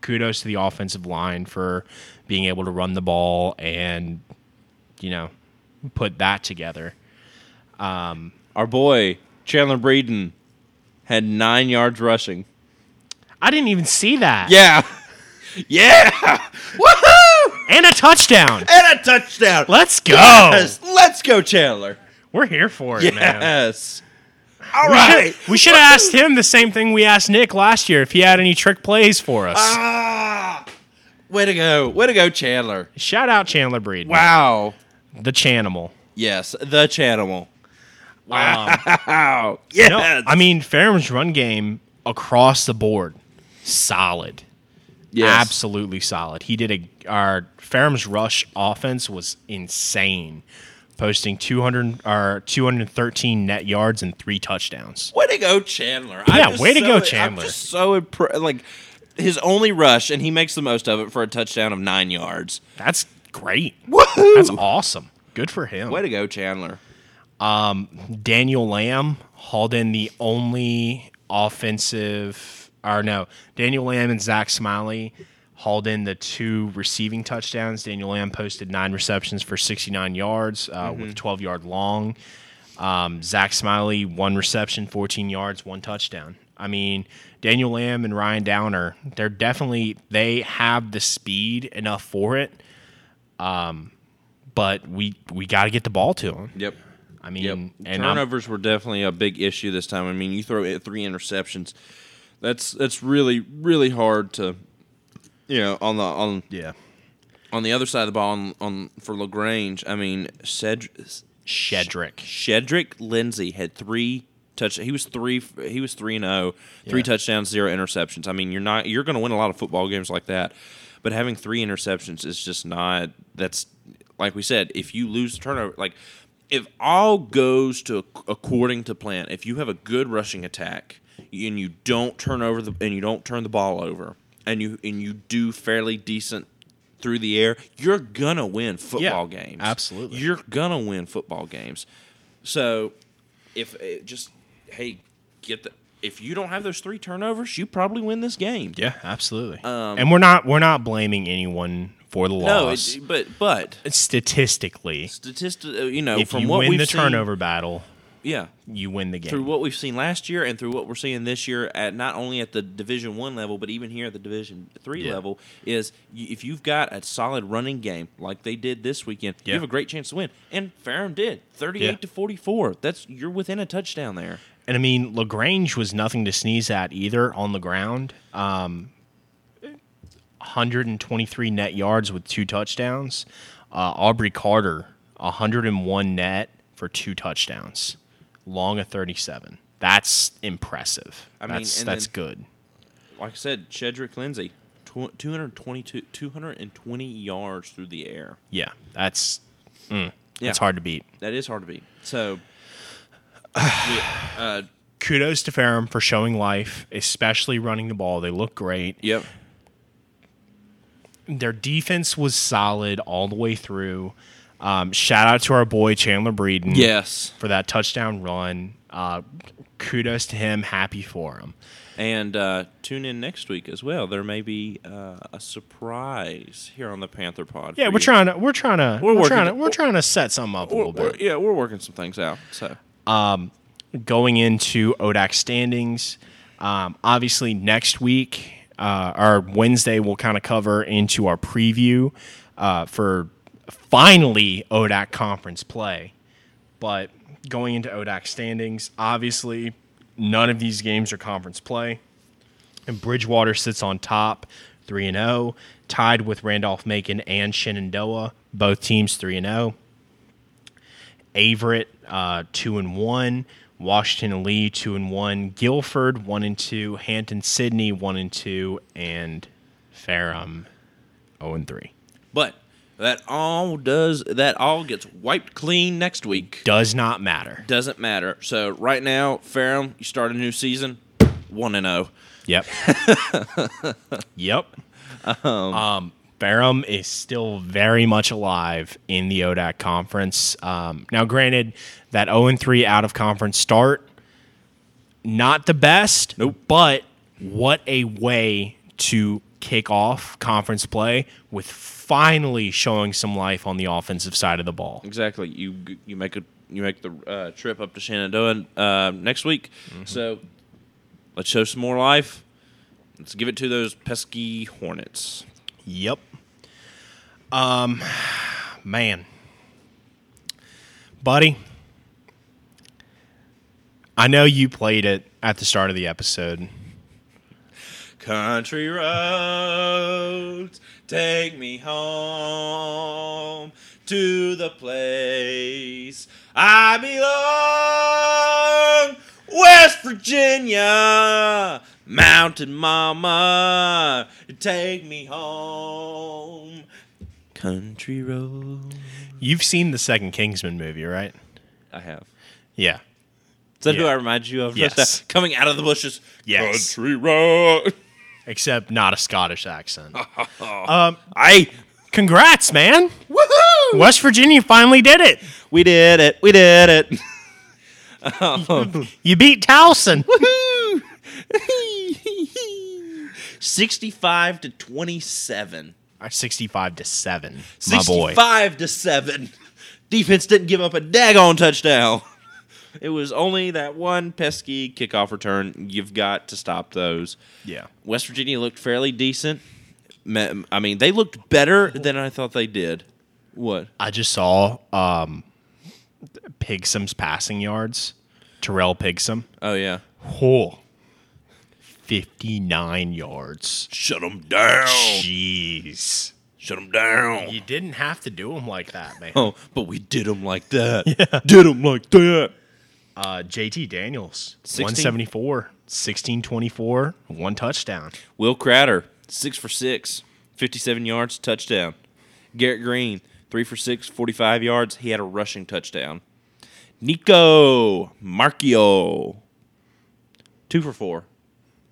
B: kudos to the offensive line for being able to run the ball and you know put that together.
A: Our boy Chandler Breeden had nine yards rushing.
B: I didn't even see that.
A: Yeah. yeah. Woohoo!
B: and a touchdown.
A: And a touchdown.
B: Let's go.
A: Yes. Let's go, Chandler.
B: We're here for it, man.
A: Yes. All
B: We
A: right.
B: should- We should have asked him the same thing we asked Nick last year if he had any trick plays for us.
A: Ah, way to go. Way to go, Chandler.
B: Shout out Chandler Breed.
A: Wow.
B: The Chanimal.
A: Yes, the Chanimal. Wow. yes.
B: No, I mean, Ferrum's run game across the board, solid. Absolutely solid. He did a. Our Ferrum's rush offense was insane, posting 200 or 213 net yards and three touchdowns.
A: Way to go, Chandler.
B: Yeah, way to go,
A: I'm
B: Chandler.
A: just so impressed. Like, his only rush, and he makes the most of it for a touchdown of nine yards.
B: That's great.
A: Woohoo!
B: That's awesome. Good for him.
A: Way to go, Chandler.
B: Daniel Lamb hauled in the only offensive, or no, Daniel Lamb and Zach Smiley hauled in the two receiving touchdowns. Daniel Lamb posted nine receptions for 69 yards uh,
A: Mm-hmm.
B: with 12 yard long. Um, Zach Smiley, one reception, 14 yards, one touchdown. I mean, Daniel Lamb and Ryan Downer, they're definitely, they have the speed enough for it. Um, but we we got to get the ball to them.
A: Yep.
B: I mean,
A: Yep.
B: and I'm-
A: Turnovers were definitely a big issue this time. I mean, you throw it three interceptions. That's that's really really hard to, you know, on the on
B: Yeah.
A: on the other side of the ball on, on for Lagrange. I mean, Cedric,
B: Shedrick.
A: Shedrick Lindsay had three touch. He was three. He was three and oh, three
B: Yeah.
A: touchdowns, zero interceptions. I mean, you're not. You're going to win a lot of football games like that, but having three interceptions is just not. That's like we said. If you lose the turnover, like if all goes to according to plan, if you have a good rushing attack and you don't turn over the and you don't turn the ball over and you and you do fairly decent through the air, you're gonna win football games.
B: absolutely.
A: You're gonna win football games. So if it just hey, get the if you don't have those three turnovers, you probably win this game.
B: Yeah, absolutely. and we're not we're not blaming anyone for the
A: Um, No,
B: loss.
A: it, but but
B: Statistically,
A: statistic, you know,
B: if
A: from
B: you
A: what
B: win
A: we've
B: the
A: seen,
B: turnover battle,
A: yeah,
B: you win the
A: through
B: game.
A: what we've seen last year and through what we're seeing this year at not only at the division one level but even here at the division three
B: Yeah.
A: level is y- if you've got a solid running game like they did this weekend you
B: Yeah.
A: have a great chance to win and Farum did 38
B: Yeah.
A: to 44 that's you're within a touchdown there
B: And I mean, Lagrange was nothing to sneeze at either on the ground. Um, 123 net yards with two touchdowns. Uh, Aubrey Carter, 101 net for two touchdowns. Long of 37. That's impressive.
A: I mean,
B: that's
A: and
B: that's
A: then-
B: good.
A: like I said Shedrick Lindsay tw- tw- 222 220 yards through the air.
B: Yeah, that's mm,
A: Yeah.
B: that's hard to beat.
A: That is hard to beat. So, uh,
B: Kudos to Ferrum for showing life, especially running the ball. They look great.
A: yep.
B: Their defense was solid all the way through. Um, shout out to our boy Chandler Breeden.
A: Yes.
B: for that touchdown run. Uh, kudos to him. Happy for him.
A: And uh, tune in next week as well. There may be uh, a surprise here on the Panther Pod.
B: Yeah,
A: for
B: we're
A: you.
B: trying to we're trying to
A: We're
B: we're,
A: working
B: trying
A: it-
B: to we're trying to set something up a
A: We're,
B: little
A: we're,
B: bit.
A: yeah, we're working some things out. So,
B: Going into ODAC standings, um, obviously next week uh, or Wednesday we'll kind of cover into our preview uh, for finally ODAC conference play. But going into ODAC standings, obviously none of these games are conference play. And Bridgewater sits on top, 3 and 0, tied with Randolph Macon and Shenandoah, both teams 3 and oh. 0. Averett, uh, 2 and 1, Washington and Lee 2 and 1, Guilford 1 and 2, Hampton Sydney 1 and 2, and Ferrum 0 and 3.
A: but that all does that all gets wiped clean next week.
B: Does not matter.
A: Doesn't matter. So right now, Ferrum, you start a new season, one and oh. zero.
B: Yep. yep. Um, Barham is still very much alive in the ODAC conference. Um, now, granted, that 0 3 out of conference start, not the best. Nope. But what a way to kick off conference play with finally showing some life on the offensive side of the ball.
A: Exactly. You you make a you make the uh, trip up to Shenandoah uh, next week. So let's show some more life. Let's give it to those pesky Hornets.
B: Yep. Um, man, buddy, I know you played it at the start of the episode.
A: Country roads, take me home to the place I belong. West Virginia, Mountain Mama, take me home. Country roads.
B: You've seen the second Kingsman movie, right?
A: I have.
B: Yeah.
A: Is that who
B: Yeah.
A: I remind you of?
B: Yes.
A: Just, uh, Coming out of the bushes.
B: Yes.
A: Country road.
B: Except not a Scottish accent.
A: I.
B: Congrats, man.
A: Woohoo!
B: West Virginia finally did it.
A: We did it. We did it.
B: You beat Towson.
A: 65 to 27.
B: 65 to 7. My boy.
A: 65 to 7. Defense didn't give up a daggone touchdown. It was only that one pesky kickoff return. You've got to stop those.
B: Yeah.
A: West Virginia looked fairly decent. Me- I mean, they looked better than I thought they did. What?
B: I just saw um, Pigsom's passing yards. Terrell Pigsom.
A: Oh, yeah.
B: Oh. 59 yards.
A: Shut them down.
B: Jeez.
A: Shut them down.
B: Oh. You didn't have to do them like that, man.
A: Oh, but we did them like that. Did them like that.
B: Uh, JT Daniels,
A: 16.
B: 174, 1624, one touchdown.
A: Will Crowder, six for six, 57 yards, touchdown. Garrett Green, three for six, 45 yards. He had a rushing touchdown. Nico Marchio, two for four,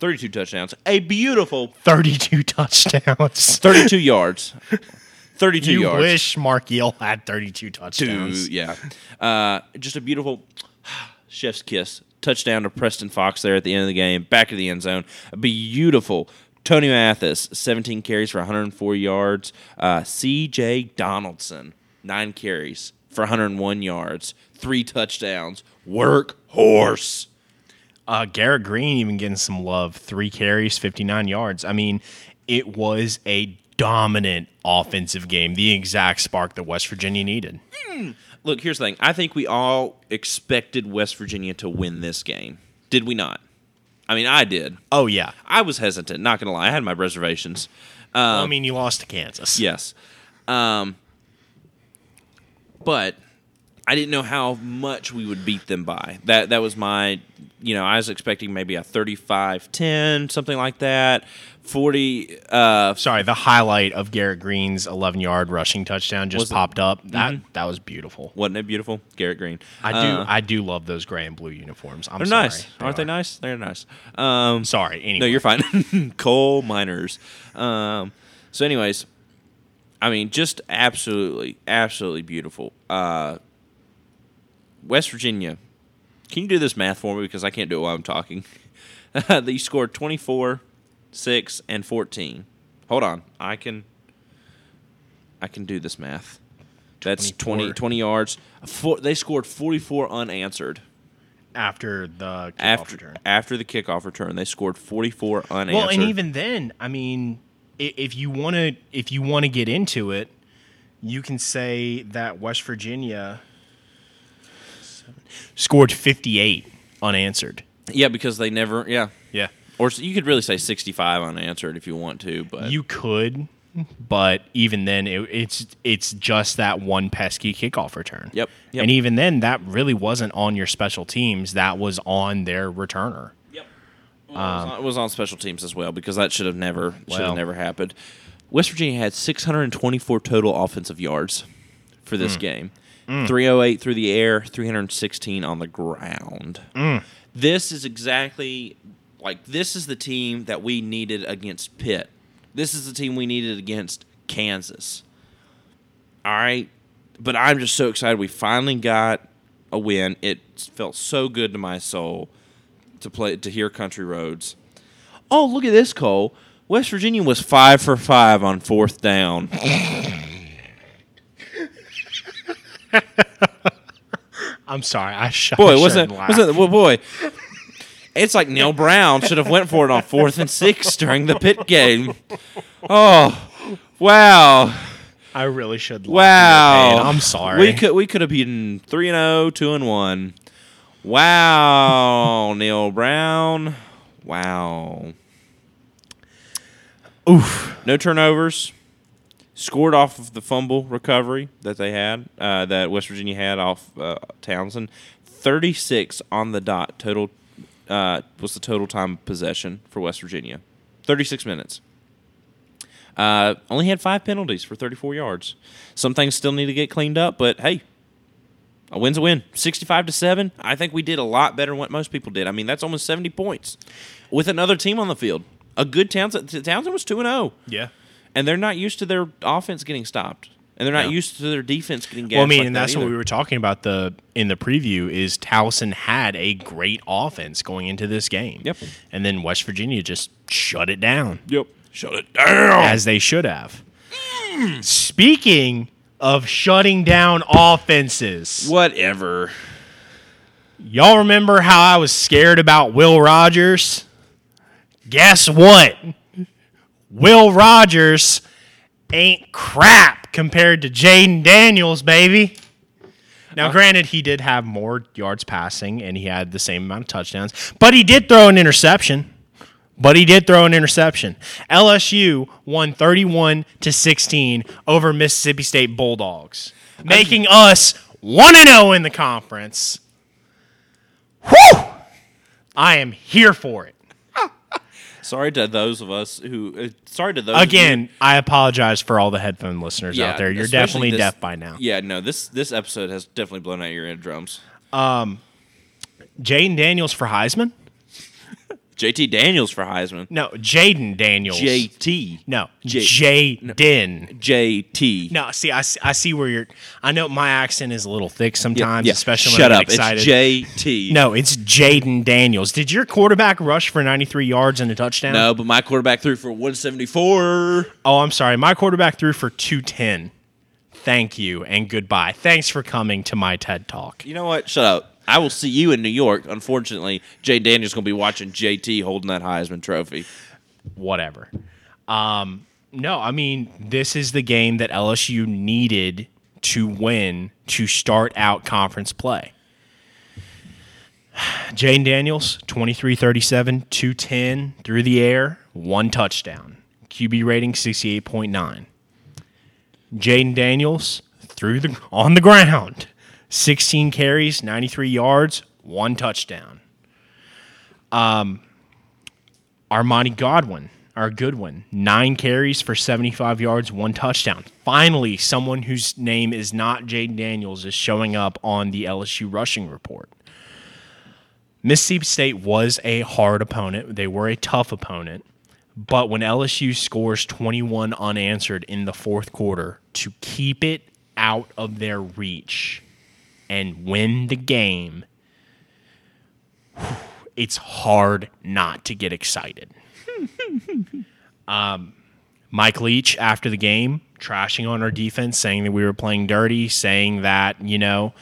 A: 32 touchdowns. A beautiful
B: 32 touchdowns.
A: 32 yards. 32
B: you
A: yards.
B: wish Mark Yale had 32
A: Two,
B: touchdowns.
A: yeah. Uh, just a beautiful chef's kiss. Touchdown to Preston Fox there at the end of the game, back of the end zone. A beautiful Tony Mathis, 17 carries for 104 yards. Uh, CJ Donaldson, nine carries for 101 yards, three touchdowns. Workhorse.
B: Uh, Garrett Green even getting some love. Three carries, 59 yards. I mean, it was a dominant offensive game, the exact spark that West Virginia needed.
A: Look, here's the thing. I think we all expected West Virginia to win this game. Did we not? I mean, I did.
B: Oh, yeah.
A: I was hesitant, not going to lie. I had my reservations.
B: Well, I mean, you lost to Kansas.
A: Yes. Um, but I didn't know how much we would beat them by. That that was my you know, I was expecting maybe a 35-10, something like that. 40 uh
B: Sorry, the highlight of Garrett Green's 11 yard rushing touchdown just
A: Was it-
B: popped up. That that was beautiful.
A: wasn't it beautiful? Garrett Green.
B: I do
A: Uh,
B: I do love those gray and blue uniforms. I'm
A: they're
B: sorry.
A: nice. Aren't they
B: are.
A: nice? They're nice. Um
B: Sorry. Anyway.
A: No, you're fine. Coal miners. Um, so, anyways, I mean, just absolutely, absolutely beautiful. Uh, West Virginia. Can you do this math for me because I can't do it while I'm talking? they scored 24, 6, and 14. Hold on, I can. I can do this math. That's 20,
B: 24.
A: 20 yards. Four, they scored 44 unanswered
B: after the kickoff
A: after
B: return.
A: after the kickoff return. They scored 44 unanswered.
B: Well, and even then, I mean, i- if you want to, if you want to get into it, you can say that West Virginia scored 58 unanswered.
A: Yeah, because they never. Yeah,
B: Yeah,
A: or s- you could really say sixty-five unanswered if you want to, but
B: you could, but even then, it, it's it's just that one pesky kickoff return.
A: Yep, yep.
B: And even then, that really wasn't on your special teams. That was on their returner.
A: Yep. Well, it, was on, it was on special teams as well because that should have never should have
B: Well.
A: never happened. West Virginia had 624 total offensive yards for this game. 308 through the air, 316 on the ground. This is exactly like this is the team that we needed against Pitt. This is the team we needed against Kansas. All right. But I'm just so excited we finally got a win. It felt so good to my soul to play to hear Country Roads. Oh, look at this, Cole. West Virginia was five for five on fourth down.
B: I'm sorry, I shot.
A: Boy, wasn't wasn't well, boy. It's like Neil Brown should have went for it on fourth and six during the pit game. Oh, wow,
B: I really should. laugh in your
A: wow!
B: pain. I'm sorry.
A: We could we could have beaten three and oh, two and one. Wow, Neil Brown. Wow.
B: Oof.
A: No turnovers. Scored off of the fumble recovery that they had, uh, that West Virginia had off uh, Townsend. 36 on the dot total uh, was the total time of possession for West Virginia. 36 minutes. Uh, only had five penalties for 34 yards. Some things still need to get cleaned up, but hey, a win's a win. 65 to 7. I think we did a lot better than what most people did. I mean, that's almost 70 points with another team on the field. A good Townsend. Townsend was 2 and 0
B: Yeah.
A: and they're not used to their offense getting stopped, and they're not
B: No.
A: used to their defense getting gashed.
B: Well, I mean,
A: like
B: and
A: that
B: that's what
A: either.
B: we were talking about the in the preview is Towson had a great offense going into this game.
A: Yep.
B: And then West Virginia just shut it down
A: Yep, shut it down.
B: as they should have. Speaking of shutting down offenses,
A: Whatever.
B: y'all remember how I was scared about Will Rogers? Guess what? Will Rogers ain't crap compared to Jaden Daniels, baby. Now, granted, he did have more yards passing and he had the same amount of touchdowns, but he did throw an interception. But he did throw an interception. LSU won 31 to 16 over Mississippi State Bulldogs, making us 1 and 0 in the conference. Whew! I am here for it.
A: Sorry to those of us who. Uh, sorry to those
B: Again, I apologize for all the headphone listeners
A: who- yeah,
B: out there. You're
A: especially
B: definitely
A: this-
B: deaf by now.
A: Yeah, no this this episode has definitely blown out your eardrums.
B: Jaden Daniels for Heisman?
A: JT Daniels for Heisman.
B: No, Jaden Daniels.
A: JT.
B: no,
A: J-
B: Jaden.
A: JT.
B: No, see, I, see- I see where you're. I know my accent is a little thick sometimes,
A: Yeah,
B: especially
A: shut
B: when I'm
A: up.
B: excited.
A: It's JT.
B: no, it's Jaden Daniels. Did your quarterback rush for 93 yards and a touchdown?
A: No, but my quarterback threw for 174.
B: Oh, I'm sorry. My quarterback threw for 210. Thank you and goodbye. Thanks for coming to my TED Talk.
A: You know what? Shut up. I will see you in New York. Unfortunately, Jay Daniels going to be watching JT holding that Heisman trophy.
B: Whatever. Um, no, I mean, this is the game that LSU needed to win to start out conference play. Jane Daniels, 23 37, 210 through the air, one touchdown. QB rating 68.9. Jaden Daniels through the on the ground, 16 carries, 93 yards, one touchdown. Armani Godwin, our Goodwin, nine carries for 75 yards, one touchdown. Finally, someone whose name is not Jaden Daniels is showing up on the LSU rushing report. Mississippi State was a hard opponent. They were a tough opponent. But when LSU scores 21 unanswered in the fourth quarter to keep it out of their reach and win the game, it's hard not to get excited. um, Mike Leach, after the game, trashing on our defense, saying that we were playing dirty, saying that, you know,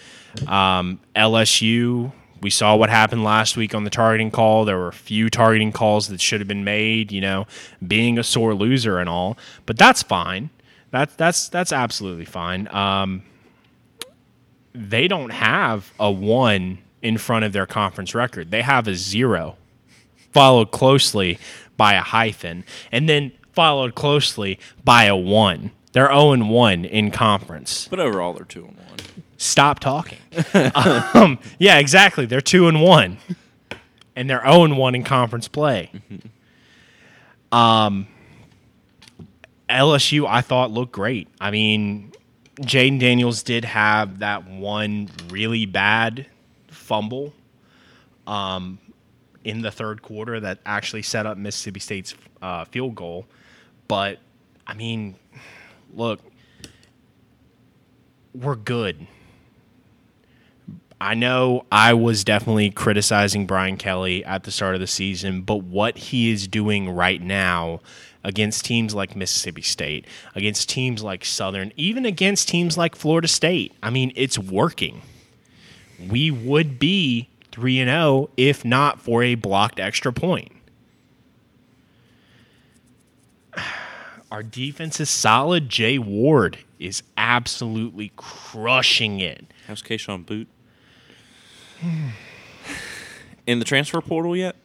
B: um, LSU, we saw what happened last week on the targeting call. There were a few targeting calls that should have been made, you know, being a sore loser and all, but that's fine. That, that's that's absolutely fine. Um, they don't have a one in front of their conference record. They have a zero, followed closely by a hyphen, and then followed closely by a one. They're 0 and 1 in conference.
A: But overall, they're two and one.
B: Stop talking. um, yeah, exactly. They're 2 and 1. And they're 0 and 1 in conference play. Um, LSU, I thought, looked great. I mean, Jaden Daniels did have that one really bad fumble um, in the third quarter that actually set up Mississippi State's uh, field goal. But, I mean, look, we're good. I know I was definitely criticizing Brian Kelly at the start of the season, but what he is doing right now against teams like Mississippi State, against teams like Southern, even against teams like Florida State, I mean, it's working. We would be 3 and 0 if not for a blocked extra point. Our defense is solid. Jay Ward is absolutely crushing it.
A: How's Kayshawn Boot? In the transfer portal yet?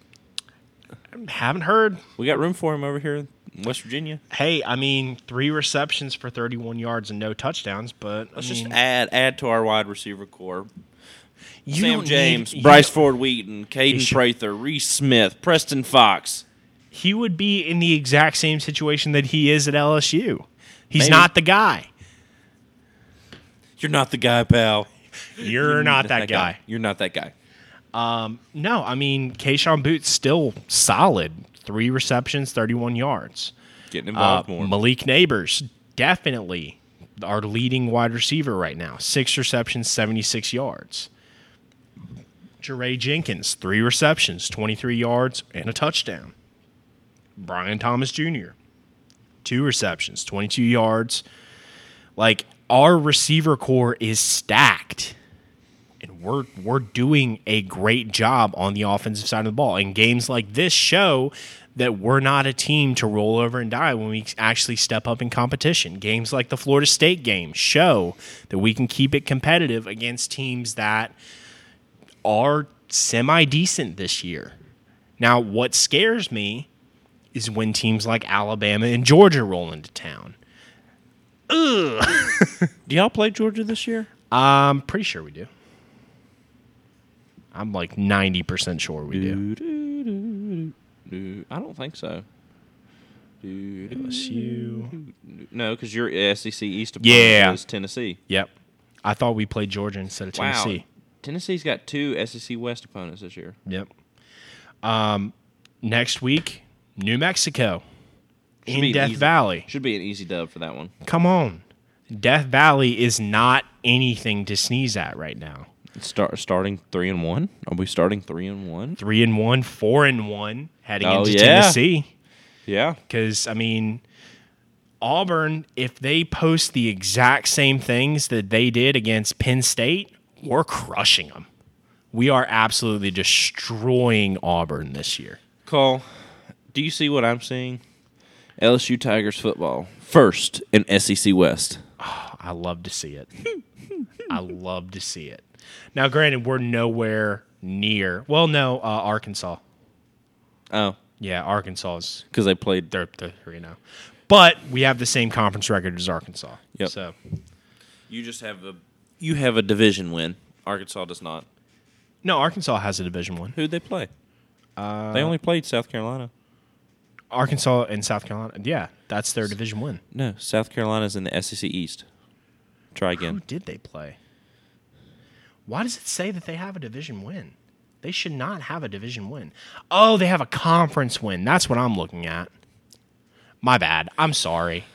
B: Haven't heard.
A: We got room for him over here in West Virginia.
B: Hey, I mean, three receptions for 31 yards and no touchdowns, but
A: Let's
B: I mean,
A: just add add to our wide receiver core.
B: you don't
A: Sam
B: need-
A: James,
B: you
A: Bryce
B: don't-
A: Ford Wheaton, Caden
B: should-
A: Prather, Reese Smith, Preston Fox.
B: he would be in the exact same situation that he is at LSU. He's
A: Maybe.
B: not the guy.
A: You're not the guy, pal.
B: You're not that guy.
A: You're not that guy.
B: No, I mean, Kayshawn Boots still solid. Three receptions, 31 yards.
A: Getting
B: Uh,
A: involved more.
B: Malik Neighbors, definitely our leading wide receiver right now. Six receptions, 76 yards. Jeray Jenkins, three receptions, 23 yards, and a touchdown. Brian Thomas Jr., two receptions, 22 yards. Like, our receiver core is stacked. And we're we're doing a great job on the offensive side of the ball. And games like this show that we're not a team to roll over and die when we actually step up in competition. Games like the Florida State game show that we can keep it competitive against teams that are semi decent this year. Now, what scares me is when teams like Alabama and Georgia roll into town.
A: Do y'all play Georgia this year?
B: I'm pretty sure we do. I'm like 90% sure we do.
A: I don't think so.
B: LSU.
A: No, because your SEC E East opponent
B: Yeah.
A: is Tennessee.
B: Yep. I thought we played Georgia instead of Tennessee.
A: Wow. Tennessee's got two SEC West opponents this year.
B: Yep. Um, next week, New Mexico
A: Should be
B: in
A: an
B: Death
A: easy-
B: Valley.
A: Should be an easy dub for that one.
B: Come on. Death Valley is not anything to sneeze at right now.
A: Start starting three and one. Are we starting three and one?
B: Three and one, four and one, heading
A: Oh,
B: into
A: yeah.
B: Tennessee.
A: Yeah.
B: Because I mean, Auburn, if they post the exact same things that they did against Penn State, we're crushing them. We are absolutely destroying Auburn this year.
A: Cole, do you see what I'm seeing? LSU Tigers football first in SEC West.
B: I love to see it. I love to see it. Now, granted, we're nowhere near. Well, no, uh, Arkansas.
A: Oh,
B: Yeah, Arkansas is
A: because they played.
B: they're they're three now, but we have the same conference record as Arkansas.
A: Yep.
B: So
A: You just have a you have a division win. Arkansas does not.
B: no, Arkansas has a Division One.
A: Who'd they play?
B: Uh,
A: They only played South Carolina.
B: Arkansas and South Carolina. Yeah, that's their division win.
A: No, South Carolina's in the SEC East. Try
B: Who
A: again.
B: did they play? Why does it say that they have a division win? They should not have a division win. Oh, they have a conference win. That's what I'm looking at. My bad. I'm sorry.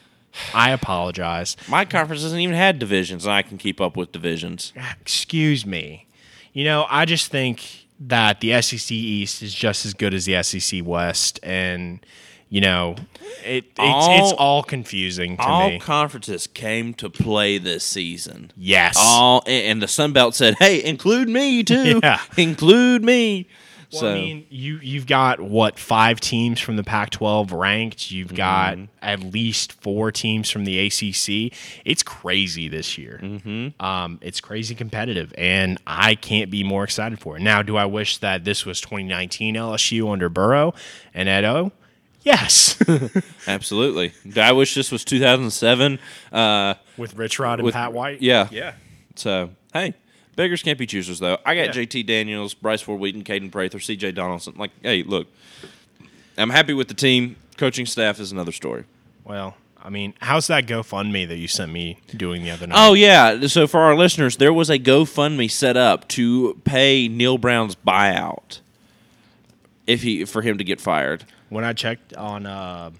B: I apologize.
A: My conference hasn't even had divisions, and I can keep up with divisions.
B: Excuse me. You know, I just think that the SEC East is just as good as the SEC West, and you know, it it's all, it's
A: All-
B: all confusing to
A: All
B: me.
A: conferences came to play this season.
B: yes.
A: All and and the Sun Belt said, "Hey, include me too.
B: Yeah.
A: Include me."
B: Well,
A: so
B: I mean, you you've got what five teams from the Pac-12 ranked. You've got
A: Mm-hmm.
B: at least four teams from the ACC. It's crazy this year. Mm-hmm. Um, it's crazy competitive, and I can't be more excited for it. Now, do I wish that this was 2019 LSU under Burrow and Edo? Yes,
A: absolutely. I wish this was 2007. Uh,
B: with Rich Rod and
A: With-
B: Pat White.
A: yeah.
B: yeah.
A: So hey, beggars can't be choosers though. I got
B: Yeah.
A: JT Daniels, Bryce Ford Wheaton, Caden Prather, CJ Donaldson. Like, hey, look, I'm happy with the team. Coaching staff is another story.
B: Well, I mean, how's that GoFundMe that you sent me doing the other night?
A: Oh yeah. So for our listeners, there was a GoFundMe set up to pay Neil Brown's buyout if he for him to get fired.
B: when I checked on uh,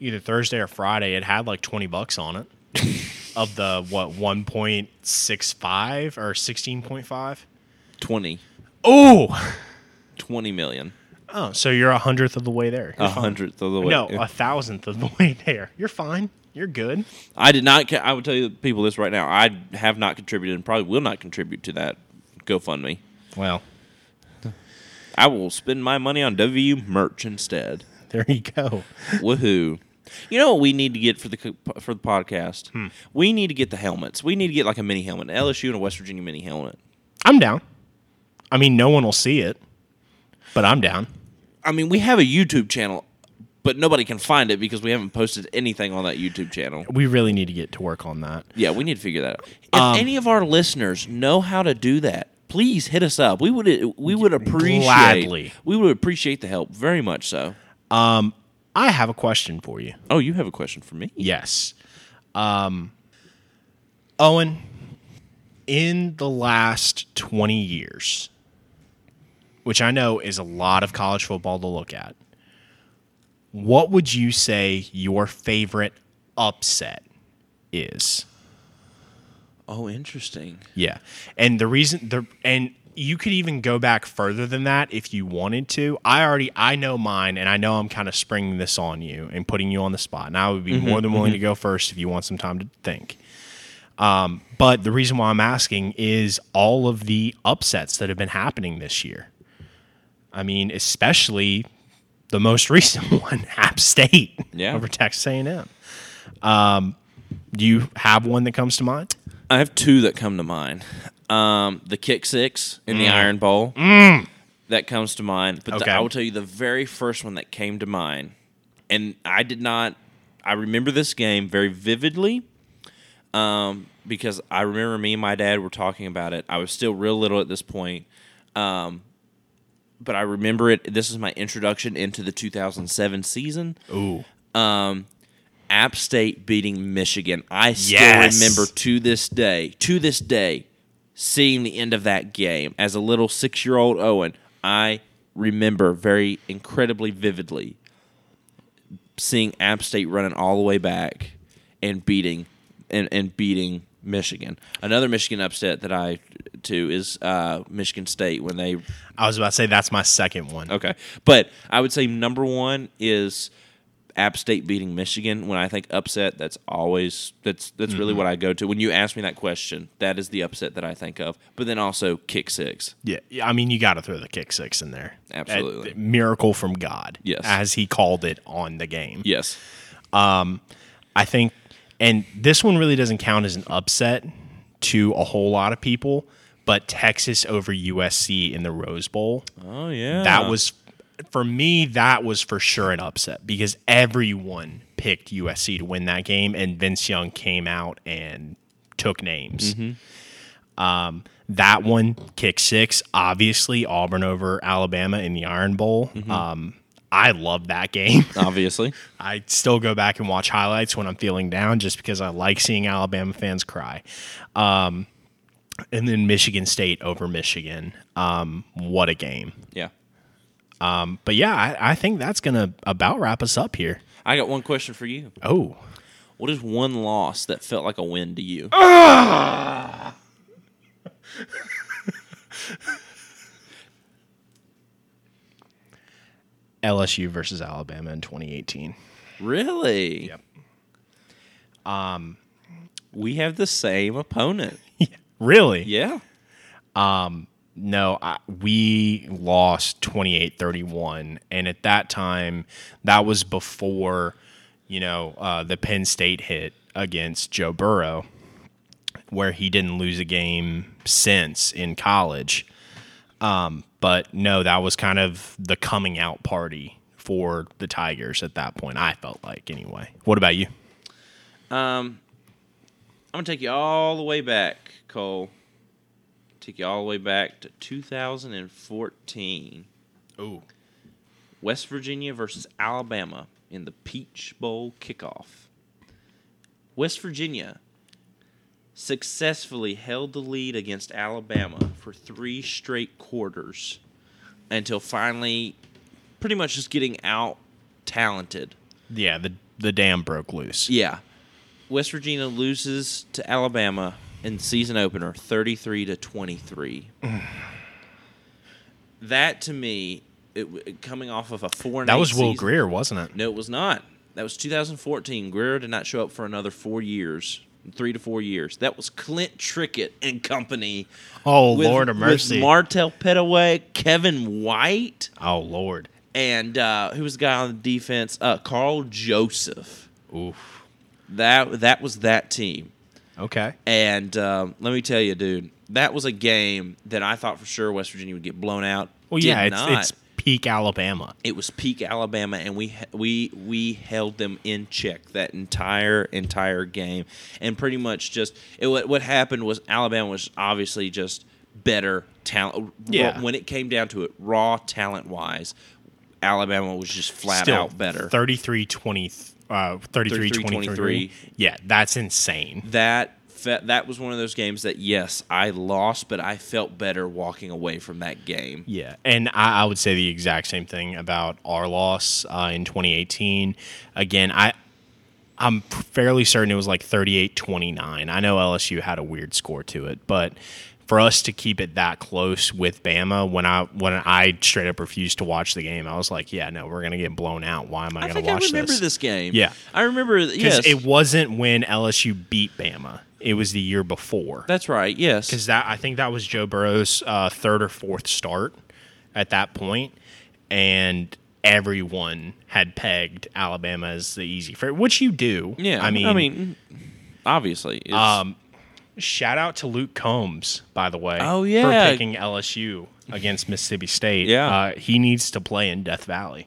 B: either Thursday or Friday, it had like twenty bucks on it of the what one point six five or sixteen point five.
A: 20,
B: Oh,
A: 20 million,
B: oh, so you're a hundredth of the way there.
A: a hundredth of the way.
B: no, a thousandth of the way there. You're fine. You're good.
A: I did not. ca- I would tell you people this right now. I have not contributed and probably will not contribute to that GoFundMe.
B: Well,
A: I will spend my money on WU merch instead.
B: there you go.
A: Woohoo! You know what we need to get for the co- for the podcast? We need to get the helmets. We need to get like a mini helmet, an LSU and a West Virginia mini helmet.
B: I'm down. I mean, no one will see it, but I'm down.
A: I mean, we have a YouTube channel, but nobody can find it because we haven't posted anything on that YouTube channel.
B: We really need to get to work on that.
A: Yeah, we need to figure that out. If any of our listeners know how to do that, please hit us up. We would we would appreciate
B: Gladly.
A: we would appreciate the help very much. So,
B: I have a question for you.
A: oh, you have a question for me?
B: Yes. Um, Owen, in the last 20 years, which I know is a lot of college football to look at, what would you say your favorite upset is?
A: Oh, interesting.
B: Yeah. And the reason the and you could even go back further than that if you wanted to. I already I know mine and I know I'm kind of springing this on you and putting you on the spot. And I would be more than willing to go first if you want some time to think. Um, but the reason why I'm asking is all of the upsets that have been happening this year. I mean, especially the most recent one, App State
A: Yeah.
B: over Texas A&M. Um, do you have one that comes to mind?
A: I have two that come to mind. Um, the kick six in the Iron Bowl. That comes to mind. But the-
B: Okay.
A: I will tell you the very first one that came to mind, and I did not, I remember this game very vividly um, because I remember me and my dad were talking about it. I was still real little at this point. Um, but I remember it. This is my introduction into the 2007 season. Um,
B: Ooh.
A: App State beating Michigan. I still
B: Yes.
A: remember to this day, to this day, seeing the end of that game as a little six year old Owen. I remember very incredibly vividly seeing App State running all the way back and beating and, and beating Michigan. Another Michigan upset that I too is uh, Michigan State when they
B: I was about to say that's my second one.
A: Okay. But I would say number one is App State beating Michigan. When I think upset, that's always that's that's
B: Mm-hmm.
A: really what I go to. When you ask me that question, that is the upset that I think of. But then also kick six.
B: Yeah, yeah, I mean, you got to throw the kick six in there.
A: Absolutely.
B: A miracle from God.
A: Yes.
B: as he called it on the game.
A: Yes.
B: I think, and this one really doesn't count as an upset to a whole lot of people, but Texas over USC in the Rose Bowl.
A: Oh yeah.
B: That was for me. That was for sure an upset because everyone picked USC to win that game, and Vince Young came out and took names. Um, that one kick six, obviously Auburn over Alabama in the Iron Bowl. Um, I love that game.
A: obviously.
B: I still go back and watch highlights when I'm feeling down just because I like seeing Alabama fans cry. Um, and then Michigan State over Michigan. Um, what a game.
A: Yeah.
B: But yeah, I, I think that's going to about wrap us up here.
A: I got one question for you.
B: Oh,
A: What is one loss that felt like a win to you?
B: Ah! LSU versus Alabama in 2018.
A: Really?
B: Yep. Um,
A: We have the same opponent.
B: Really?
A: Yeah.
B: No, I, we lost 28 31. And at that time, that was before, you know, uh, the Penn State hit against Joe Burrow, where he didn't lose a game since in college. Um, but no, that was kind of the coming out party for the Tigers at that point, I felt like, anyway. What about you?
A: I'm gonna take you all the way back, Cole. Take you all the way back to 2014.
B: Ooh.
A: West Virginia versus Alabama in the Peach Bowl kickoff. West Virginia successfully held the lead against Alabama for three straight quarters until finally pretty much just getting out talented.
B: Yeah, the, the dam broke loose.
A: Yeah. West Virginia loses to Alabama in season opener 33 to 23. that to me it, w- coming off of a 4 and
B: That
A: eight
B: was Will
A: season-
B: Greer, wasn't it?
A: no, it was not. That was 2014. Guerrero did not show up for another four years, three to four years. That was Clint Trickett and company.
B: Oh,
A: with-
B: Lord of
A: with
B: mercy.
A: Martel Petaway, Kevin White,
B: oh, Lord.
A: and uh, who was the guy on the defense? Uh, Carl Joseph.
B: Oof.
A: That that was that team.
B: Okay.
A: And um, let me tell you, dude, that was a game that I thought for sure West Virginia would get blown out.
B: Well,
A: Did
B: yeah, it's
A: not.
B: it's peak Alabama.
A: it was peak Alabama, and we we we held them in check that entire entire game, and pretty much just it, what what happened was Alabama was obviously just better talent.
B: Yeah.
A: when it came down to it, raw talent wise, Alabama was just flat
B: Still
A: out better.
B: 33 20 uh 33 23.
A: 33.
B: Yeah, that's insane.
A: that fe- that was one of those games that yes, I lost, but I felt better walking away from that game.
B: Yeah, and I, I would say the exact same thing about our loss uh, in 2018. Again, I I'm fairly certain it was like 38-29. I know LSU had a weird score to it, but for us to keep it that close with Bama, when I when I straight up refused to watch the game, I was like, yeah, no, we're gonna get blown out. Why am I,
A: I
B: gonna
A: think
B: watch
A: I remember this, game.
B: Yeah.
A: I remember. th- Yes,
B: Because it wasn't when LSU beat Bama. It was the year before.
A: that's right. Yes,
B: Because that I think that was Joe Burrow's uh, third or fourth start at that point, and everyone had pegged Alabama as the easy favorite, which you do.
A: Yeah,
B: I mean,
A: I mean, obviously. It's,
B: um, shout out to Luke Combs, by the way.
A: Oh, yeah.
B: for picking LSU against Mississippi State.
A: Yeah.
B: uh, he needs to play in Death Valley.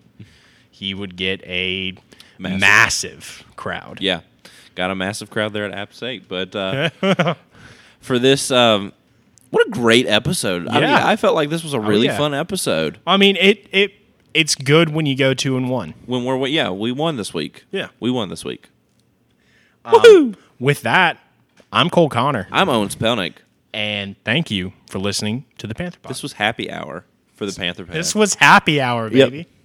B: He would get a
A: Massive.
B: massive crowd.
A: yeah, got a massive crowd there at App State, but uh, for this, um, what a great episode! I mean,
B: Yeah. Oh,
A: I felt like this was a really
B: yeah.
A: fun episode.
B: I mean, it it it's good when you go two and one.
A: When we're yeah, we won this week.
B: Yeah.
A: we won this week.
B: Um, With that, I'm Cole Connor,
A: I'm Owen Spelnick.
B: and thank you for listening to the Panther Pod.
A: This was happy hour for the Panther Pad.
B: This was happy hour,
A: Yep.
B: baby.